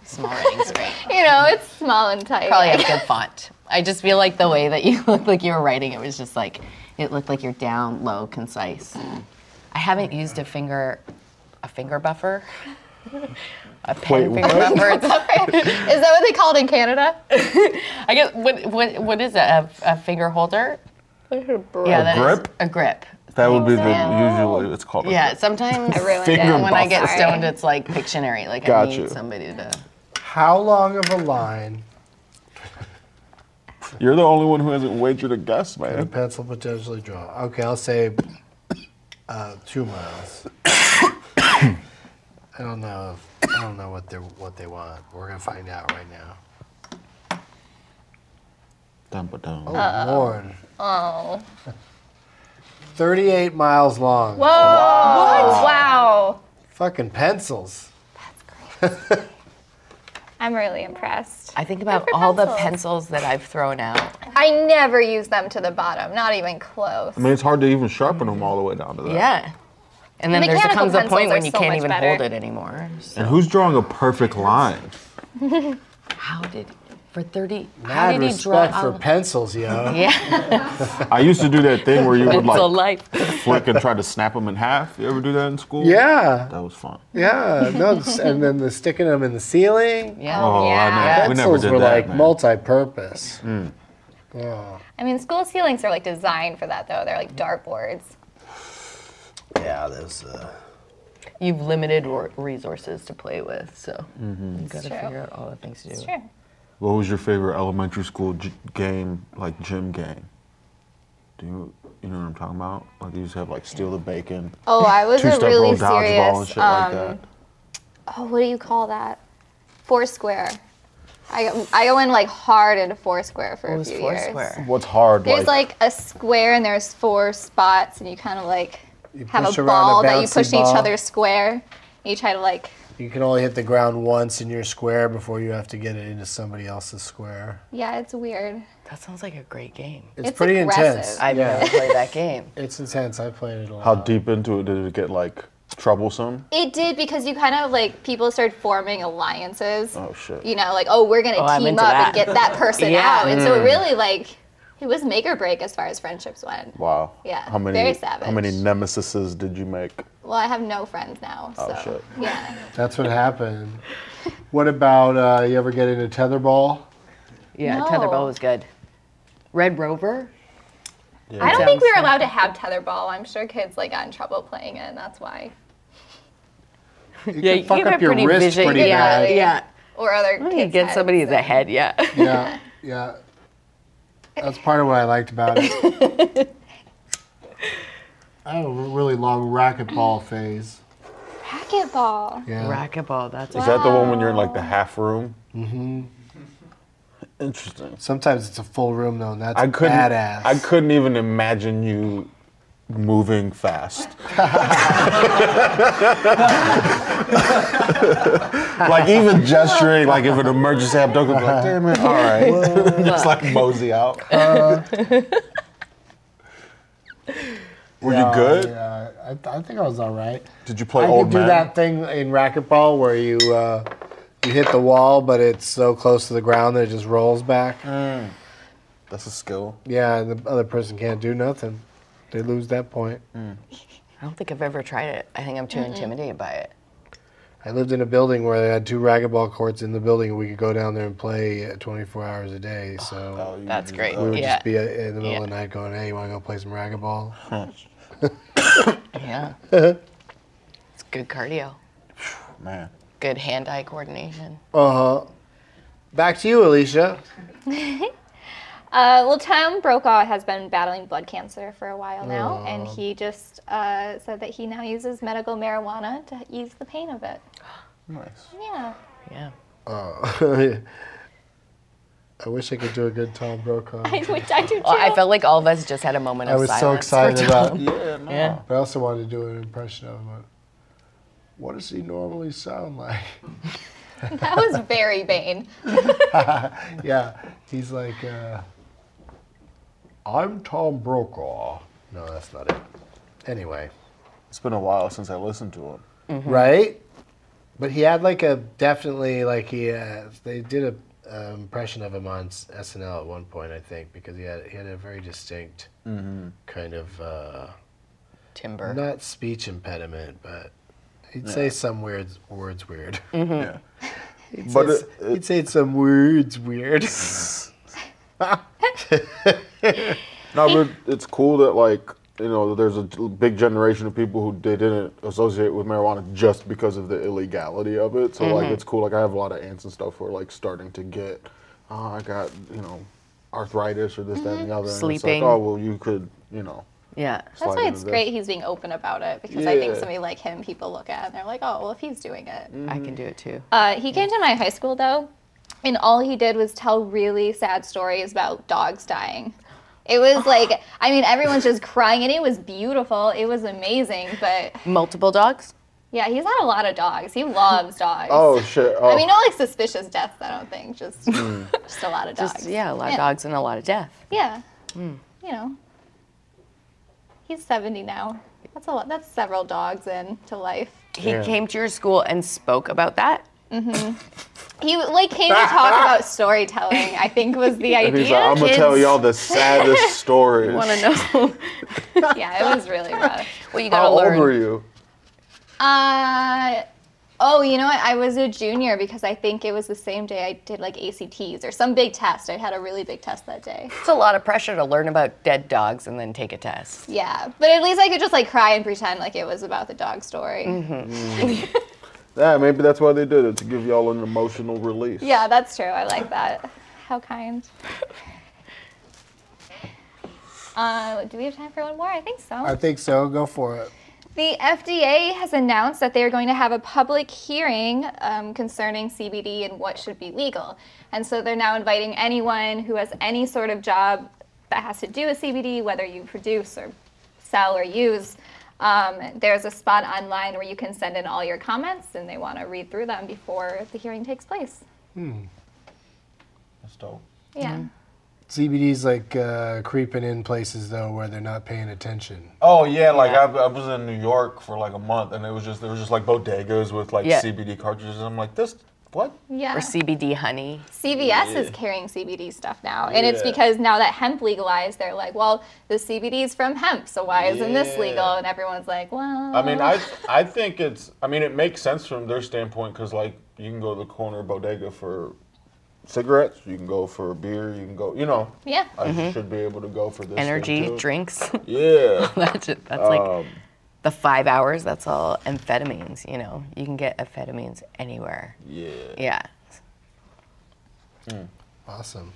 S3: Small writing's
S4: [LAUGHS]
S3: great.
S6: You know, it's small and tight. [LAUGHS]
S3: Probably have good font. I just feel like the way that you [LAUGHS] looked like you were writing it was just like it looked like you're down low, concise. I haven't used a finger a finger buffer. [LAUGHS] A pen
S4: Wait,
S3: finger
S4: what?
S3: buffer. It's-
S6: Is that what they call it in Canada?
S3: I guess what what what is it? A, a finger holder? Yeah, that is
S4: grip?
S3: a grip.
S4: That would be the usually it's called. a
S3: Yeah,
S4: grip.
S2: [LAUGHS]
S3: sometimes
S6: ruined
S4: Finger
S6: it.
S3: when I get
S6: Sorry.
S3: stoned, it's like Pictionary. Like I
S4: Got
S3: need
S4: you.
S3: somebody to.
S2: How long of a line
S4: You're the only one who hasn't wagered a guess,
S2: could a
S4: man.
S2: pencil potentially draw? Okay, I'll say uh, two miles. [COUGHS] I don't know. If, I don't know what they what they want. We're gonna find out right now.
S4: Dum ba dum.
S2: Oh lord. Oh. Thirty-eight miles long.
S6: Whoa! Uh, Wow!
S2: Fucking pencils.
S6: I'm really impressed.
S3: I think about
S6: Paper
S3: all the
S6: pencils.
S3: pencils that I've thrown out.
S6: I never use them to the bottom, not even close.
S4: I mean, it's hard to even sharpen them all the way down to that.
S3: Yeah. And then there
S6: Mechanical
S3: comes a
S6: pencils
S3: point when
S6: are
S3: you
S6: so
S3: can't
S6: much
S3: even
S6: better.
S3: hold it anymore. So
S4: And who's drawing a perfect line?
S3: how did for thirty? how
S2: Mad
S3: did he draw?
S2: respect for
S3: out-
S2: pencils, yo.
S3: [LAUGHS] yeah,
S4: I used to do that thing where you would
S3: it's a
S2: [LAUGHS]
S4: like
S3: life.
S2: oh.
S4: flick and try to snap them in half. You ever do that in school?
S2: Yeah,
S4: That was fun.
S2: yeah. No, s- and then the sticking them in the ceiling.
S3: Yeah.
S4: Oh,
S6: yeah.
S4: I know. We never
S2: Pencils
S4: did
S2: were
S4: that.
S2: like
S4: man. Hmm.
S2: multi-purpose.
S6: I mean, school ceilings are like designed for that though. They're like dartboards.
S2: Yeah, there's. Uh,
S3: You've limited wor- resources to play with, so
S2: Mm-hmm.
S3: you've got to
S6: true.
S3: figure out all the things to do.
S6: Sure.
S4: what was your favorite elementary school g- game, like gym game? Do you you know what I'm talking about? Like you used to have like steal the bacon,
S6: Oh, I was
S4: two
S6: a
S4: step
S6: really
S4: roll, dodgeball, and
S6: serious.
S4: shit like
S6: Um,
S4: that.
S6: oh, what do you call that? Foursquare. I I go in like hard into Foursquare for
S3: It
S6: a
S3: was
S6: few years.
S3: Foursquare.
S4: What's hard?
S6: There's like a square and there's four spots and you kind of like have
S2: push
S6: a
S2: around a
S6: ball that you
S2: bouncy
S6: push
S2: ball.
S6: each other's square. And you try to like
S2: you can only hit the ground once in your square before you have to get it into somebody else's square.
S6: yeah, it's weird.
S3: That sounds like a great game.
S2: It's,
S6: It's
S2: pretty
S6: aggressive.
S2: intense.
S3: I've
S2: yeah,
S3: never played that game.
S2: it's intense. I played it a lot.
S4: how deep into it did it get like troublesome?
S6: It did because you kind of like people started forming alliances.
S4: Oh shit.
S6: You know, like oh, we're gonna
S3: Oh, I'm
S6: team
S3: into
S6: up
S3: that.
S6: and get that
S3: [LAUGHS]
S6: person
S3: Yeah.
S6: out. And so
S4: Mm.
S6: it really like it was make or break as far as friendships went.
S4: Wow.
S6: Yeah,
S4: How many
S6: very
S4: how many
S6: savage.
S4: nemesises did you make?
S6: Well, I have no friends now.
S4: Oh,
S6: so
S4: shit.
S6: yeah.
S2: That's what happened.
S6: [LAUGHS]
S2: What about uh, you ever get into tetherball?
S3: Yeah,
S6: No.
S3: tetherball was good. Red Rover.
S6: I don't think
S3: Sounds
S6: we were allowed to have tetherball. I'm sure kids like got in trouble playing it, and that's why.
S3: Yeah, you
S2: fuck
S3: have
S2: up
S3: a
S2: your
S3: pretty
S2: wrist
S3: vision-
S2: pretty
S3: yeah,
S6: bad.
S3: Yeah,
S6: Or other
S3: yeah. You
S6: kids.
S3: get
S6: had-
S3: somebody in the [LAUGHS] head. Yeah.
S2: Yeah, yeah. That's part of what I liked about it.
S6: [LAUGHS]
S2: I had a really long racquetball phase.
S6: Racquetball.
S2: Yeah.
S3: Racquetball. That's
S4: Is that the one when you're in like the half room? Mm-hmm. Interesting.
S2: Sometimes it's a full room though, and that's
S4: I couldn't.
S2: badass.
S4: I couldn't even imagine you moving
S2: [LAUGHS]
S4: fast. like even gesturing, like if an emergency happened, I'd be like, damn it, all right, [LAUGHS] just like mosey out.
S2: Uh,
S4: Were you good?
S2: Yeah, I, I think I was all right.
S4: Did you play
S2: I
S4: old
S2: could do
S4: man?
S2: that thing in racquetball where you uh, you hit the wall, but it's so close to the ground that it just rolls back.
S4: Mm. That's a skill.
S2: Yeah, and the other person can't do nothing. They lose that point.
S4: Mm.
S3: I don't think I've ever tried it. I think I'm too intimidated by it.
S2: I lived in a building where they had two racquetball courts in the building, and we could go down there and play uh, 24 hours a day.
S4: Oh,
S2: So
S3: That's great.
S2: we would
S3: yeah.
S2: just be uh, in the middle of the night going, "Hey, you want to go play some racquetball?" [LAUGHS]
S3: yeah. it's good cardio.
S4: Man,
S3: Good hand-eye coordination.
S2: Uh huh. Back to you, Alicia. [LAUGHS]
S6: Uh, well, Tom Brokaw has been battling blood cancer for a while now, and he just uh, said that he now uses medical marijuana to ease the pain of it.
S4: nice.
S6: Yeah.
S3: Yeah.
S2: I wish I could do a good Tom Brokaw.
S6: I wish I do too.
S3: Well, Oh, I felt like all of us just had a moment
S2: I
S3: of
S2: was so
S3: silence for
S2: excited about.
S3: Tom. [LAUGHS]
S4: Yeah, no.
S3: Yeah.
S2: But I also wanted to do an impression of him. What does he normally sound [LAUGHS] like?
S6: That was very vain.
S2: Yeah, he's like, uh, I'm Tom Brokaw. No, that's not it. Anyway,
S4: It's been a while since I listened to him.
S2: right? But he had like a definitely like he uh, they did a uh, impression of him on s- SNL at one point I think because he had he had a very distinct kind of uh,
S3: Timber.
S2: not speech impediment but he'd say some weird words weird. [LAUGHS]
S4: Yeah.
S2: He'd
S4: But
S2: say
S4: it-
S2: s- he'd say some words
S4: [LAUGHS]
S2: weird.
S4: No, but it's cool that like you know there's a big generation of people who they didn't associate with marijuana just because of the illegality of it. So
S3: Mm-hmm.
S4: like it's cool. Like I have a lot of aunts and stuff who are like starting to get, oh, I got you know arthritis or this that and the other. And it's
S3: Mm-hmm. Sleeping.
S4: like, oh well, you could you know.
S3: Yeah.
S6: That's
S4: slide
S6: why
S4: into
S6: it's
S4: this.
S6: great he's being open about it because I think
S4: Yeah. Mm.
S6: somebody like him, people look at and they're like, oh, well, if he's doing it.
S3: I can do it too.
S6: Uh, he came to my high school though, and all he did was tell really sad stories about dogs dying.
S4: [LAUGHS]
S6: It was like, I mean, everyone's just crying, and it was beautiful. It was amazing, but
S3: Multiple dogs?
S6: yeah, he's had a lot of dogs. He loves dogs.
S4: Oh shit. Oh. Mm.
S6: I mean, not like suspicious deaths. I don't think just [LAUGHS] just a lot of dogs.
S3: Just, yeah, a lot of dogs and a lot of death.
S6: Yeah,
S4: Hmm.
S6: you know, he's seventy now. That's a lot. That's several dogs into life.
S3: He
S4: Yeah.
S3: came to your school and spoke about that.
S6: He like came to
S4: [LAUGHS]
S6: talk about storytelling. I think was the
S4: and he's um,
S6: idea.
S4: like, I'm gonna tell
S3: kids. [LAUGHS]
S4: y'all the saddest stories.
S3: Want to know?
S6: [LAUGHS] yeah, it was really rough.
S3: well, you gotta
S4: How
S3: learn.
S4: old were you?
S6: Uh, oh, you know what? I was a junior because I think it was the same day I did like ACTs or some big test. I had a really big test that day.
S3: It's a lot of pressure to learn about dead dogs and then take a test.
S6: Yeah, but at least I could just like cry and pretend like it was about the dog story.
S4: Mm-hmm. Yeah, maybe that's why they did it to give y'all an emotional release.
S6: Yeah, that's true. I like that. How kind. Uh, do we have time for one more? I think so.
S2: I think so. Go for it.
S6: The FDA has announced that they are going to have a public hearing um, concerning CBD and what should be legal. And so they're now inviting anyone who has any sort of job that has to do with CBD, whether you produce or sell or use. Um, there's a spot online where you can send in all your comments, and they want to read through them before the hearing takes place.
S4: That's dope.
S6: Yeah.
S2: CBD's like uh, creeping in places though where they're not paying attention.
S4: Oh yeah, like I, I was in New York for like a month, and it was just there was just like bodegas with like
S3: Yeah.
S4: CBD cartridges. And I'm like, this what?
S6: Yeah.
S3: Or CBD honey.
S6: CVS is carrying CBD stuff now, and it's
S4: Yeah.
S6: because now that hemp legalized, they're like, well, the CBD is from hemp, so why isn't this
S4: Yeah.
S6: legal? And everyone's like, well,
S4: I mean, I
S3: Mm-hmm.
S4: I think it's I mean it makes sense from their standpoint because like you can go to the corner bodega for cigarettes, you can go for beer, you can go, you know,
S6: yeah,
S4: I should be able to go for this thing,
S3: Mm-hmm. Energy
S4: too.
S3: drinks. [LAUGHS]
S4: Yeah, Um,
S3: that's it. That's
S4: Oh.
S3: like the five hours. That's all amphetamines. You know, you can get amphetamines anywhere.
S4: yeah.
S3: Yeah. [LAUGHS]
S2: Awesome.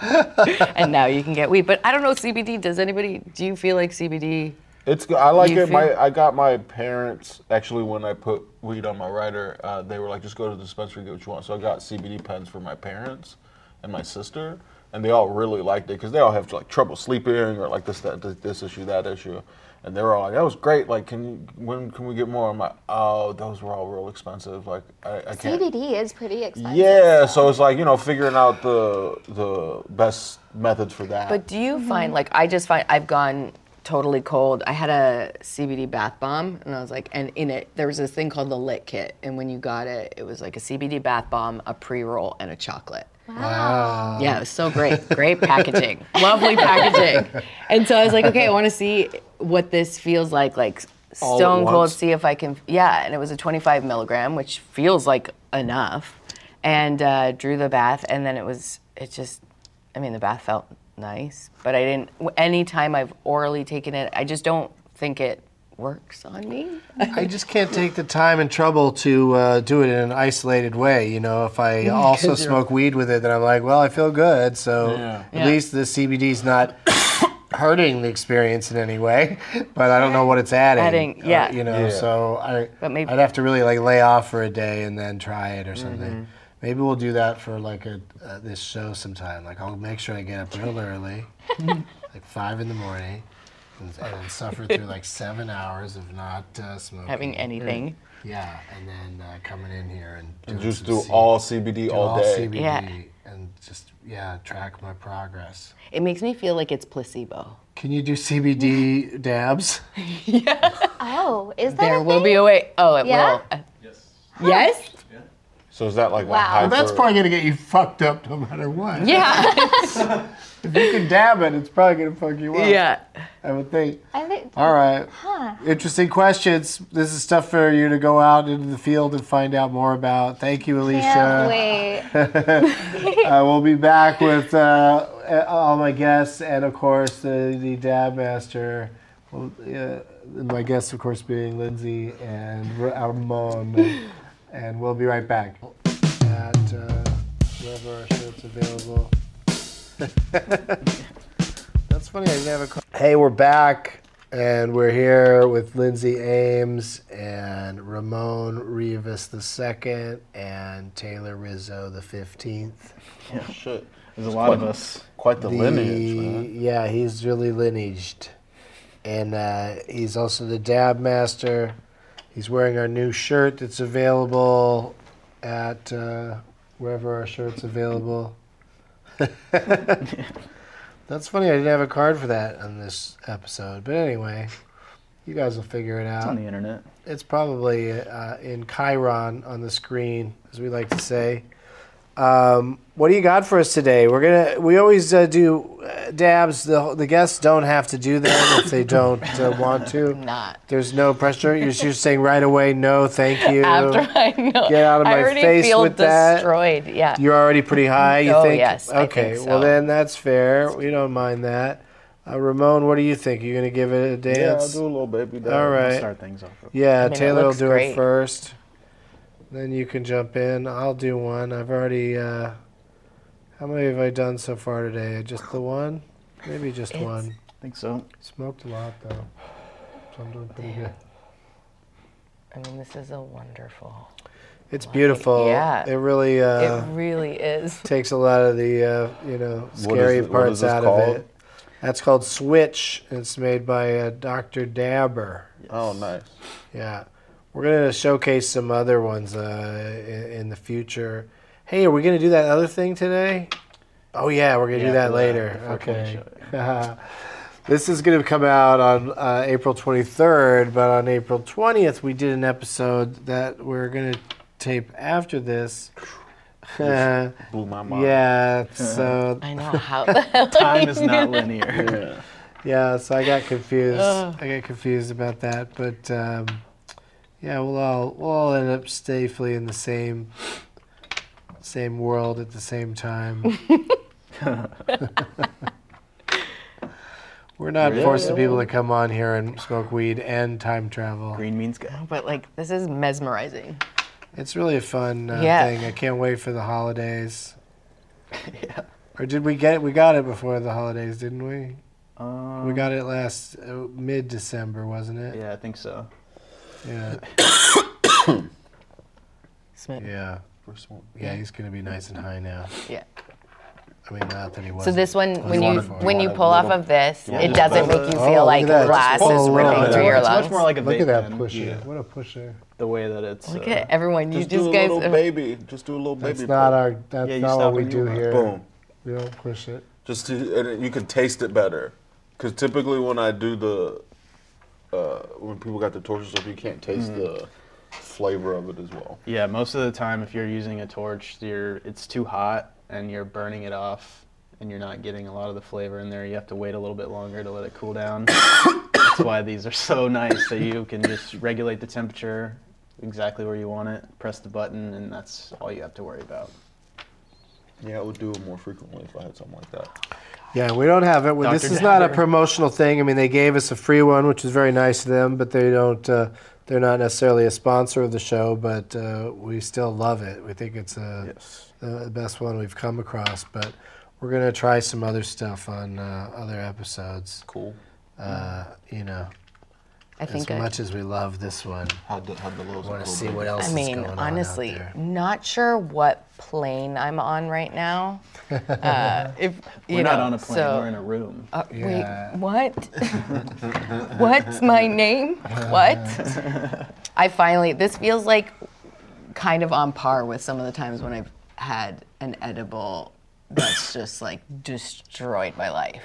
S3: And now you can get weed. But I don't know CBD. Does anybody? Do you feel like CBD?
S4: It's good. I like
S3: You
S4: it. my
S3: feel-
S4: I got my parents actually when I put weed on my rider, uh, they were like, just go to the dispensary, get what you want. So I got CBD pens for my parents and my sister, and they all really liked it because they all have like trouble sleeping or like this that this, this issue that issue, and they were all like, that was great. Like, can you when can we get more? I'm like, oh, those were all real expensive. Like, I, I can't.
S6: CBD is pretty expensive.
S4: Yeah, so it's like you know figuring out the the best methods for that.
S3: But do you find like I just find I've gone totally cold. I had a CBD bath bomb and I was like and in it there was this thing called the lit kit and when you got it it was like a CBD bath bomb, a pre-roll and a chocolate.
S2: Ah.
S3: Wow. Yeah, it was so
S4: [LAUGHS]
S3: great. Great packaging. Lovely packaging. And so I was like, okay, I want to see what this feels like like
S4: All at
S3: stone cold
S4: once?
S3: see if I can yeah, and it was a 25 milligram which feels like enough. And uh, drew the bath and then it was it just I mean, the bath felt nice, but I didn't. w- Any time I've orally taken it, I just don't think it works on me.
S2: I just can't take the time and trouble to uh, do it in an isolated way. You know, if I also smoke weed with it, then I'm like, well, I feel good. So
S4: Yeah.
S2: at least the CBD's not [COUGHS] hurting the experience in any way. [LAUGHS] But I don't know what it's adding.
S3: Adding,
S2: uh,
S3: yeah.
S2: you know,
S4: Yeah.
S2: so I,
S3: But maybe-
S2: I'd have to really like lay off for a day and then try it or something.
S3: Mm-hmm.
S2: Maybe we'll do that for like a uh, this show sometime. Like I'll make sure I get up real early, like five in the morning, and suffered through like seven hours of not uh, smoking.
S3: having
S4: Mm.
S3: anything.
S2: Yeah, and then uh, coming in here and,
S4: And
S2: doing
S4: just
S2: some
S4: do
S2: C-
S4: all CBD
S2: do
S4: all
S2: all
S4: day.
S2: CBD
S3: Yeah.
S2: and just yeah track my progress.
S3: It makes me feel like it's placebo.
S2: Can you do CBD
S4: [LAUGHS]
S2: dabs?
S6: Oh, is that
S3: There
S6: a
S3: will
S6: thing?
S3: be a way. Oh, it
S6: Yeah?
S3: will. Uh, yes.
S4: So is that like a
S6: Wow.
S4: high
S6: Well,
S2: That's
S4: for-
S2: probably gonna get you fucked up no matter what.
S3: Yes.
S4: [LAUGHS]
S2: If you can dab it, it's probably gonna fuck you
S3: Yeah.
S2: up.
S3: yeah.
S2: I would think.
S6: I think,
S2: All right.
S6: huh.
S2: Interesting questions. This is stuff for you to go out into the field and find out more about. Thank you, Alicia.
S6: Can't wait.
S2: Uh, we'll be back with uh, all my guests and, of course, the, the dab master. Well, uh, my guests, of course, being Lindsay and Ramon. and we'll be right back at uh, wherever our shirt's available. [LAUGHS] That's funny. I didn't have a call. Hey, we're back, and we're here with Lindsay Ames and Ramon Rivas II and Taylor Rizzo the 15th.
S7: Oh, shit. There's a lot of us.
S4: quite the, lineage,
S2: The-
S4: man?
S2: Yeah, he's really lineaged. And uh, he's also the dab master. He's wearing our new shirt that's available at uh, wherever our shirt's
S4: [LAUGHS]
S2: available. [LAUGHS] that's funny, I didn't have a card for that on this episode. But anyway, you guys will figure it out.
S7: It's on the internet.
S2: It's probably uh, in Chiron on the screen, as we like to say. Um, what do you got for us today? We're gonna we always uh, do uh, dabs. The the guests don't have to do them if they don't uh, want
S3: [LAUGHS]
S2: to.
S3: Not.
S2: There's no pressure. You're just saying right away, no, thank you.
S3: [LAUGHS] After I know.
S2: Get out of my
S3: I already
S2: face
S3: feel
S2: with that.
S3: destroyed. Yeah.
S2: You're already pretty high. You
S3: Oh,
S2: think?
S3: yes, I
S2: Okay.
S3: think
S2: Well,
S3: so.
S2: then that's fair. We don't mind that. Uh, Ramon, what do you think? Are you gonna give it a
S4: Yeah, I'll
S2: dance?
S4: do a little baby. dab.
S2: All right.
S7: Start things off. with.
S2: Yeah,
S3: mean, it
S2: Taylor will
S3: looks
S2: do it
S3: great.
S2: first. Then you can jump in. I'll do one. I've already. Uh, how many have I done so far today? Just the one? Maybe just
S3: It's-
S2: one.
S7: I think so.
S2: Smoked a lot though, so I'm doing pretty good.
S3: I mean, this is a wonderful.
S2: It's beautiful.
S3: yeah.
S2: It really uh,
S3: it really
S2: [LAUGHS]
S3: is.
S2: takes a lot of the uh, you know scary
S4: it- what
S2: parts
S4: is this
S2: out of
S4: called?
S2: it. That's called Switch. It's made by uh, Dr. Dabber.
S4: Oh, nice.
S2: Yeah, we're gonna showcase some other ones uh, in, in the future. Hey, are we gonna do that other thing today? Oh yeah, we're gonna do
S7: Yeah,
S2: that
S7: the-
S2: later.
S7: the 420
S2: Okay. [LAUGHS] this is gonna come out on uh, April 23rd, but on April 20th we did an episode that we're gonna tape after this. [LAUGHS] yeah,
S4: Blew my mind.
S2: so
S3: I know how the
S2: [LAUGHS]
S3: hell
S7: Time is not linear.
S4: Yeah.
S2: Yeah, so I got confused. I got confused about that, but um, yeah, we'll all we'll all end up safely in the same same world at the same time. We're not forcing people to come on here and smoke weed and time travel.
S7: Green means go.
S3: But like, this is mesmerizing.
S2: It's really a fun uh,
S3: Yeah.
S2: thing. I can't wait for the
S3: [LAUGHS]
S2: holidays. Or did we get it? We got it before the holidays, didn't we?
S7: Um,
S2: We got it last uh, mid December, wasn't it?
S7: Yeah, I think so.
S2: Yeah.
S7: [LAUGHS]
S3: Smith.
S2: Yeah.
S4: First one.
S2: Yeah, he's gonna be nice and high now.
S3: Yeah.
S2: I mean, not that he was.
S3: So this one, when you
S2: wonderful.
S3: when you
S4: Yeah,
S3: pull
S4: a
S3: off
S4: little-
S3: of this, it
S4: just
S3: doesn't
S4: pull
S3: make you
S2: it.
S3: feel
S2: Oh,
S3: like
S2: look at that.
S3: glass
S2: Just pull
S3: is
S2: it
S3: ripping
S2: out.
S3: through your
S7: Oh, it's
S3: lungs.
S7: much more like a vape
S2: Look at that
S7: than
S2: pusher.
S4: Yeah.
S2: What a pusher.
S7: the way that it's.
S3: Look
S7: uh,
S3: at everyone. You
S4: Just,
S3: just,
S4: do a
S3: guys.
S4: little baby. Just do a little baby.
S2: That's not
S4: pop.
S2: our. That's
S7: Yeah, you
S2: not
S7: stop
S2: what we
S7: and
S2: do
S7: you-
S2: here.
S4: Boom.
S2: We don't push it.
S4: Just to, and you can taste it better. Because typically when I do the, uh, when people got the torch and stuff, you can't
S2: Mm.
S4: taste the flavor of it as well.
S7: Yeah, most of the time, if you're using a torch, you're it's too hot and you're burning it off, and you're not getting a lot of the flavor in there. You have to wait a little bit longer to let it cool down. That's why these are so nice that you can just regulate the temperature exactly where you want it. Press the button, and that's all you have to worry about.
S4: Yeah, I would do it more frequently if I had something like that.
S2: Yeah, we don't have it. We- This
S7: Dr.
S2: is not a
S7: Dabber.
S2: promotional thing. I mean, they gave us a free one, which is very nice of them, but they don't. Uh, they're not necessarily a sponsor of the show, but uh, we still love it. We think it's a.
S4: Yes.
S2: the the best one we've come across, but we're gonna try some other stuff on uh, other episodes.
S4: Cool.
S2: Uh, you know,
S3: I think.
S2: As
S3: a-
S2: much as we love this one,
S4: Had the, had the lows
S2: I want
S4: and
S2: to
S4: low
S2: see
S4: baby.
S2: what else
S3: I
S2: is
S3: mean,
S2: going
S3: honestly,
S2: on out there.
S3: not sure what plane I'm on right now. Uh, if you
S7: We're not
S3: know,
S7: on a plane.
S3: so-
S7: We're in a room.
S3: Uh,
S2: Yeah.
S3: Wait, what? What's my name? What? I finally, this feels like kind of on par with some of the times when I've had an edible that's just like destroyed my life.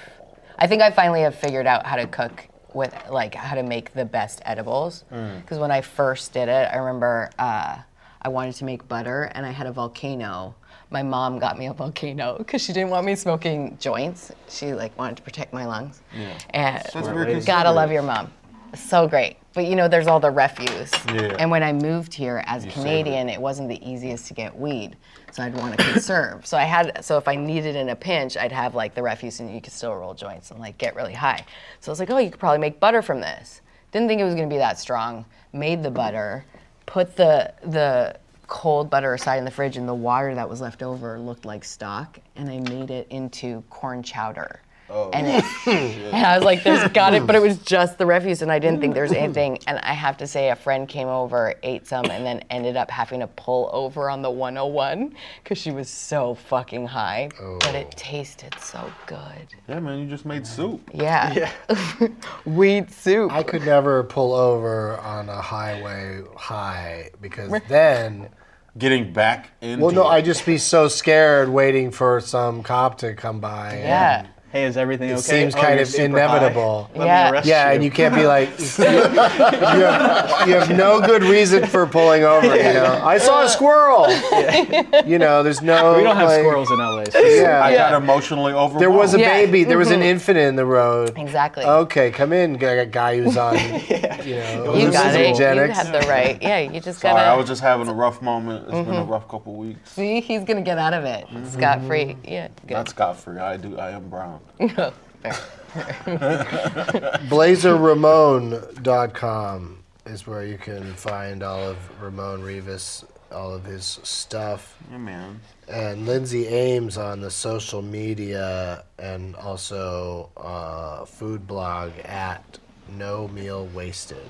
S3: I think I finally have figured out how to cook with, like, how to make the best edibles. Because when I first did it, I remember uh, I wanted to make butter and I had a volcano. My mom got me a volcano because she didn't want me smoking joints. She like wanted to protect my lungs. Yeah. And
S4: That's very
S3: gotta
S4: considerate.
S3: love your mom. So great. But you know, there's all the refuse.
S4: Yeah.
S3: And when I moved here as a
S4: saved
S3: Canadian, it wasn't the easiest to get weed. So I'd want to conserve. So I had so if I needed in a pinch, I'd have like the refuse and you could still roll joints and like get really high. So I was like, oh, you could probably make butter from this. Didn't think it was gonna be that strong. Made the butter, put the the cold butter aside in the fridge and the water that was left over looked like stock and I made it into corn chowder. Oh. And it [LAUGHS] and I was like, there's got it, but it
S7: [LAUGHS]
S3: was just the refuse, and I didn't think there was anything. And I have to say, a friend came over, ate some, and then ended up having to pull over on the 101 because she was so fucking high. But
S7: Oh.
S3: it tasted so good.
S4: Yeah, man, you just made soup.
S3: Yeah. [LAUGHS] Wheat soup.
S2: I could never pull over on a highway high because then,
S4: Getting back into
S2: well, no,
S4: it.
S2: I'd just be so scared waiting for some cop to come by.
S3: yeah.
S7: Hey, is everything okay?
S2: It seems
S7: Oh,
S2: kind
S7: you're
S2: of
S7: super
S2: inevitable.
S7: high. Let me
S3: Yeah.
S7: arrest
S2: Yeah,
S7: you.
S2: and you can't be
S3: [LAUGHS]
S2: like, you, have, you have no good reason for pulling over. You know, I saw a squirrel. You know, there's no.
S7: We don't have
S2: like-
S7: squirrels in LA. So
S2: Yeah.
S4: I got emotionally overwhelmed.
S2: There was a
S3: Yeah. Mm-hmm.
S2: baby. There was an infant in the road.
S3: Exactly.
S7: Oh,
S2: Okay, come in, g- a guy who's
S3: [LAUGHS]
S2: on, you know,
S3: You got it. You
S2: hallucinogenics.
S3: have the right. Yeah, you just
S4: Sorry, I
S3: gotta.
S4: was just having a rough moment. It's been
S2: Mm-hmm.
S4: a rough couple weeks.
S3: See, he's gonna get out of it
S7: Mm-hmm.
S3: scot free. Yeah, good.
S4: Not scot free. I do. I am brown.
S2: BlazerRamon.com is where you can find all of Ramon Rivas, all of his stuff.
S4: Yeah, man.
S2: And Lindsay Ames on the social media and also uh, food blog at No Meal Wasted.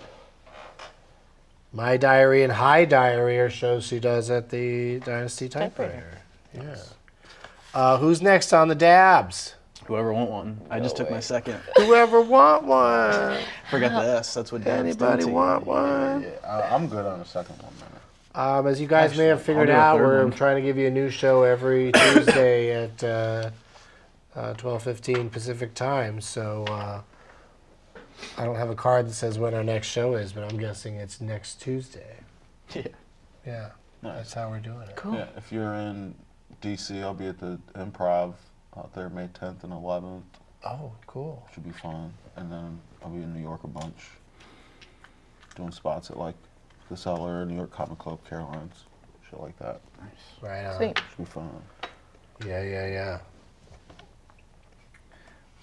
S2: My diary and High Diary are shows she does at the Dynasty Typewriter. Yeah. Uh, who's next on the dabs?
S7: Whoever want one. I just took my second.
S2: Whoever want one?
S7: Forgot the S. That's what Dad's done
S2: Uh, Anybody
S7: to you.
S2: want one?
S4: Yeah, I, I'm good on the second one, man.
S2: Um, as you guys may have figured
S7: do a
S2: out,
S7: third
S2: we're
S7: one.
S2: trying to give you a new show
S7: [COUGHS]
S2: every Tuesday at uh, uh, twelve fifteen Pacific time. So uh, I don't have a card that says when our next show is, but I'm guessing it's next Tuesday.
S7: [LAUGHS] Yeah.
S2: Yeah, that's how we're doing it.
S3: Cool.
S4: Yeah, if you're in DC, I'll be at the Improv out there May 10th and 11th.
S2: Oh, cool.
S4: Should be fun. And then I'll be in New York a bunch, doing spots at like the Cellar, New York Comic Club, Carolines, shit like that.
S2: Right on.
S3: Sweet.
S4: Should be fun.
S2: Yeah, yeah, yeah.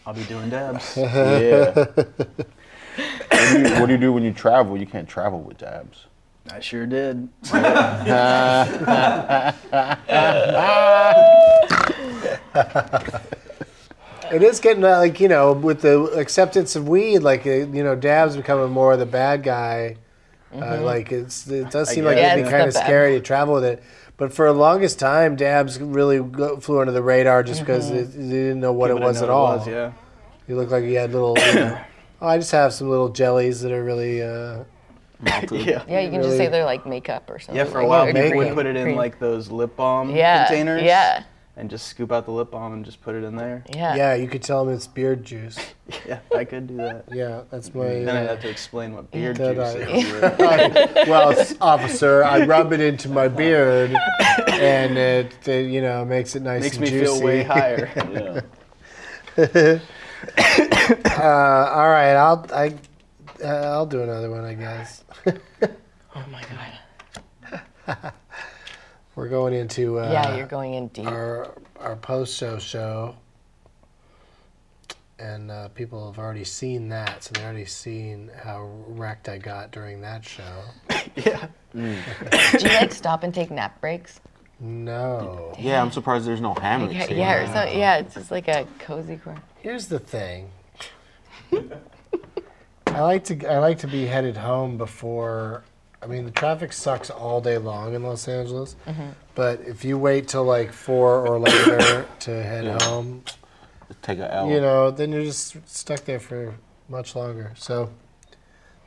S7: I'll be
S2: [LAUGHS]
S7: doing dabs.
S4: Yeah. what, do you, what do you do when you travel? You can't travel with dabs.
S7: I sure did.
S2: It is getting uh, like you know, with the acceptance of weed, like uh, you know, dabs becoming more of the bad guy. Uh, like it's, it does seem like
S7: guess.
S2: it'd be
S3: Yeah, Mm-hmm. it's
S2: kind of
S3: the bad-
S2: scary to travel with it. But for the longest time, dabs really go- flew under the radar just because it,
S3: Mm-hmm.
S2: you didn't know what it
S7: But I
S2: was
S7: know
S2: at all. [LAUGHS]
S7: was, yeah.
S2: You look like you had little. You know, [COUGHS] oh, I just have some little jellies that are really. Uh,
S7: yeah.
S3: Yeah, you can just say they're like makeup or something.
S7: Yeah, for a
S3: like,
S7: while,
S3: or
S7: people would
S3: cream-
S7: put it in
S3: cream.
S7: like those lip balm
S3: yeah,
S7: containers.
S3: Yeah,
S7: And just scoop out the lip balm and just put it
S2: [LAUGHS]
S7: in there.
S3: yeah,
S2: yeah, you could tell them it's beard juice.
S7: Yeah, I could do that.
S2: Yeah, that's my.
S7: Then I'd
S2: Uh,
S7: have to explain what beard
S2: Did
S7: juice
S2: I- [LAUGHS]
S7: is.
S2: well, s- officer, I rub it into my beard, and it, uh you know makes it nice
S7: Makes
S2: and
S7: me
S2: juicy.
S7: feel way higher.
S2: [LAUGHS]
S4: Yeah.
S2: Uh, all right, I'll I, uh, I'll do another one, I guess.
S3: Oh my god.
S2: We're going into uh,
S3: Yeah, you're going in deep.
S2: our our post show show, and uh, people have already seen that, so they've already seen how wrecked I got during that show.
S3: Do you
S2: [LAUGHS]
S3: like stop and take nap breaks?
S2: No,
S4: yeah, I'm surprised there's no hammocks
S3: Yeah,
S4: here.
S3: yeah, or so, yeah. It's just like a cozy corner.
S2: here's the thing. I like to I like to be headed home before. I mean, the traffic sucks all day long in Los Angeles, but if you wait till like four or later to head home,
S4: Take an hour.
S2: you know, then you're just stuck there for much longer. So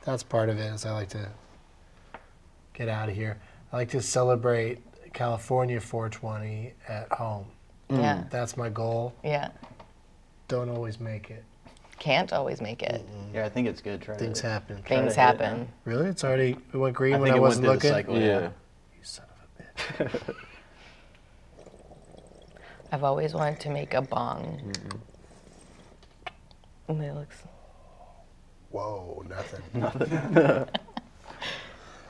S2: that's part of it. Is I like to get out of here. I like to celebrate California 420 at home.
S3: Yeah.
S2: That's my goal.
S3: Yeah.
S2: Don't always make it.
S3: Can't always make it.
S7: Yeah, I think it's good. Try
S2: Things
S7: to,
S2: happen.
S3: Things
S7: to hit them.
S3: happen.
S2: Really? It's already it went green
S7: I
S2: when
S7: think
S2: I
S7: it went
S2: wasn't looking.
S7: through the cycle.
S4: yeah.
S2: You son of a bitch.
S3: I've always wanted to make a bong. And it looks.
S2: Whoa,
S7: [LAUGHS]
S2: nothing. Nothing.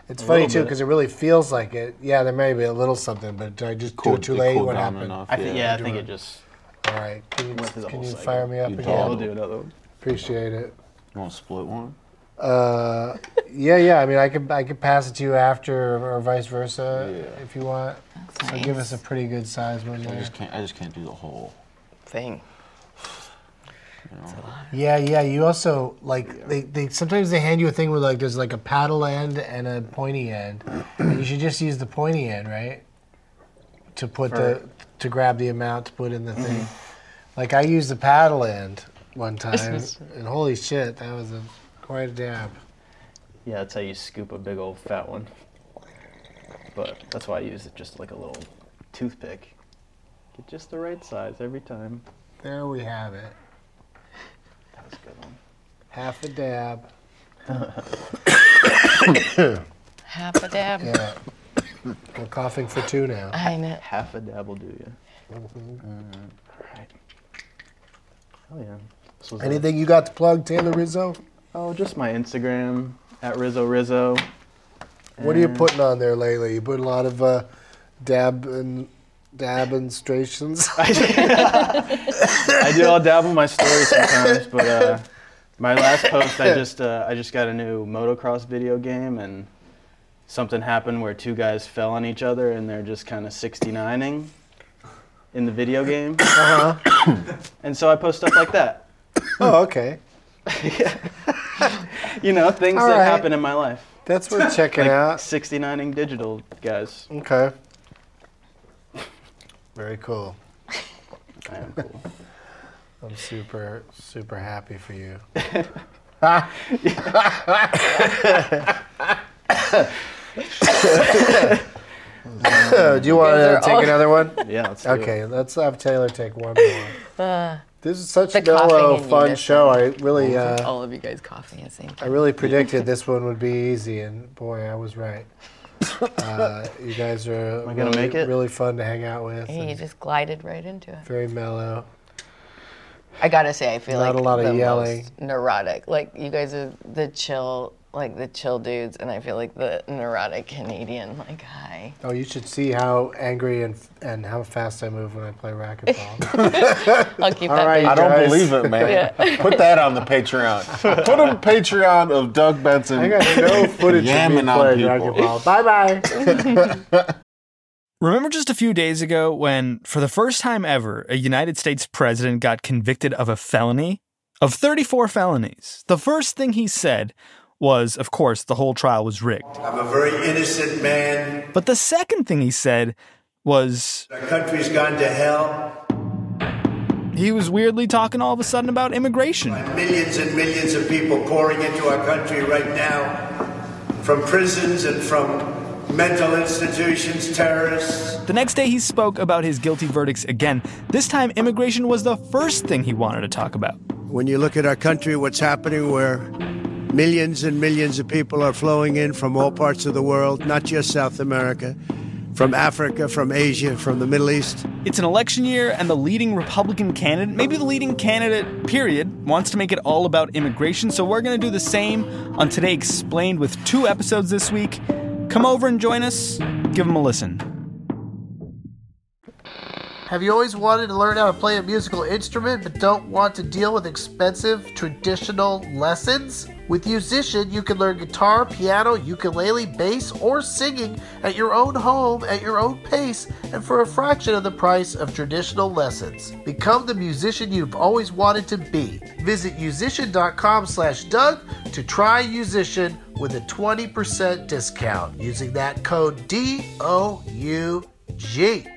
S2: it's funny too because it really feels like it. Yeah, there may be a little something, but did I just do
S4: Cool-
S2: it too
S4: it
S2: late?
S4: cooled
S2: What
S4: down
S2: happened?
S4: enough,
S7: I think yeah, I think
S2: do
S7: it
S2: it.
S7: just
S2: All right, can you,
S7: went through the
S2: can
S7: whole
S2: you
S7: cycle.
S2: fire me up
S4: You
S7: Yeah,
S2: again?
S7: we'll do another one.
S2: Appreciate it.
S4: You want to split one?
S2: Uh, yeah, yeah. I mean, I could I could pass it to you after or vice versa
S4: Yeah.
S2: if you want.
S3: That's
S2: So give
S3: nice.
S2: us a pretty good size one
S4: I
S2: there.
S4: just can't. I just can't do the whole.
S3: Thing.
S2: Yeah, yeah. You also like they, they sometimes they hand you a thing where like there's like a paddle end and a pointy
S7: [CLEARS THROAT]
S2: end. and you should just use the pointy end, right? To put the to grab the amount to put in the
S7: [CLEARS THROAT]
S2: thing. Like I used the paddle end
S7: [LAUGHS]
S2: one time, and holy shit, that was a quite a dab.
S7: Yeah, that's how you scoop a big old fat one. But that's why I use it just like a little toothpick. Get just the right size every time.
S2: There we have it,
S7: That was a good one.
S2: half a dab.
S3: Half a dab.
S2: Yeah, we're coughing for two now.
S3: I know.
S7: Half a dab will do you. Alright. Hell yeah. This was a-
S2: Anything you got to plug, Taylor Rizzo?
S7: oh, just my Instagram at Rizzo Rizzo.
S2: What are you
S7: And-
S2: putting on there lately? You put a lot of uh, dab and
S7: [LAUGHS]
S2: demonstrations.
S7: I do. I'll dabble my story sometimes, but uh, my last post, I just uh, I just got a new motocross video game, and something happened where two guys fell on each other, and they're just kind of 69ing in the video game. Uh-huh. and so I post stuff like that.
S2: [LAUGHS] oh, okay.
S7: You know, things
S2: All
S7: that
S2: right.
S7: happen in my life.
S2: That's
S7: [LAUGHS]
S2: worth checking
S7: Like
S2: out.
S7: 69ing digital guys.
S2: Okay. Very cool.
S7: I am cool.
S2: I'm super, super happy for
S7: [LAUGHS]
S2: you. Do you want to take another
S3: [LAUGHS]
S2: one?
S7: Yeah. Let's do it.
S2: Okay, let's have Taylor take one more. This is such a
S3: Uh, the coughing
S2: mellow,
S3: in
S2: fun
S3: unison.
S2: show. I really, uh,
S3: All of you guys coughing at the same
S2: I
S4: [LAUGHS]
S3: time.
S2: really predicted this one would be easy, and boy, I was right. Uh, you guys are
S7: I gonna
S2: really,
S7: make it?
S2: really fun to hang out with.
S3: Hey, you
S2: and
S3: just glided right into it.
S2: Very mellow.
S3: I gotta say, I feel
S2: Not
S3: like
S2: a lot of
S3: the
S2: yelling.
S3: most neurotic. Like you guys are the chill, like the chill dudes, and I feel like the neurotic Canadian. Like hi.
S2: Oh, you should see how angry and and how fast I move when I play
S3: [LAUGHS]
S2: racquetball.
S3: I'll keep
S2: All
S3: that.
S2: right.
S3: big.
S4: I don't
S2: Guys.
S4: believe it, [LAUGHS] man. Put that on the Patreon. Put a Patreon of Doug Benson.
S2: I got no footage of me
S4: Yamming on
S2: playing
S4: people.
S2: racquetball. Bye bye.
S8: Remember just a few days ago when, for the first time ever, a United States president got convicted of a felony? Of 34 felonies. The first thing he said was, of course, the whole trial was rigged.
S9: I'm a very innocent man.
S8: But the second thing he said was,
S9: Our country's gone to hell.
S8: he was weirdly talking all of a sudden about immigration.
S9: Millions and millions of people pouring into our country right now from prisons and from mental institutions, terrorists.
S8: The next day, he spoke about his guilty verdicts again. This time, immigration was the first thing he wanted to talk about.
S9: When you look at our country, what's happening where millions and millions of people are flowing in from all parts of the world, not just South America, from Africa, from Asia, from the Middle East.
S8: It's an election year, and the leading Republican candidate, maybe the leading candidate, period, wants to make it all about immigration. So we're going to do the same on Today Explained with two episodes this week. Come over and join us. Give them a listen.
S2: Have you always wanted to learn how to play a musical instrument but don't want to deal with expensive traditional lessons?
S1: With Musician, you can learn guitar, piano, ukulele, bass, or singing at your own home, at your own pace, and for a fraction of the price of traditional lessons. Become the musician you've always wanted to be. Visit musician.com slash Doug to try Musician with a 20% discount using that code D-O-U-G.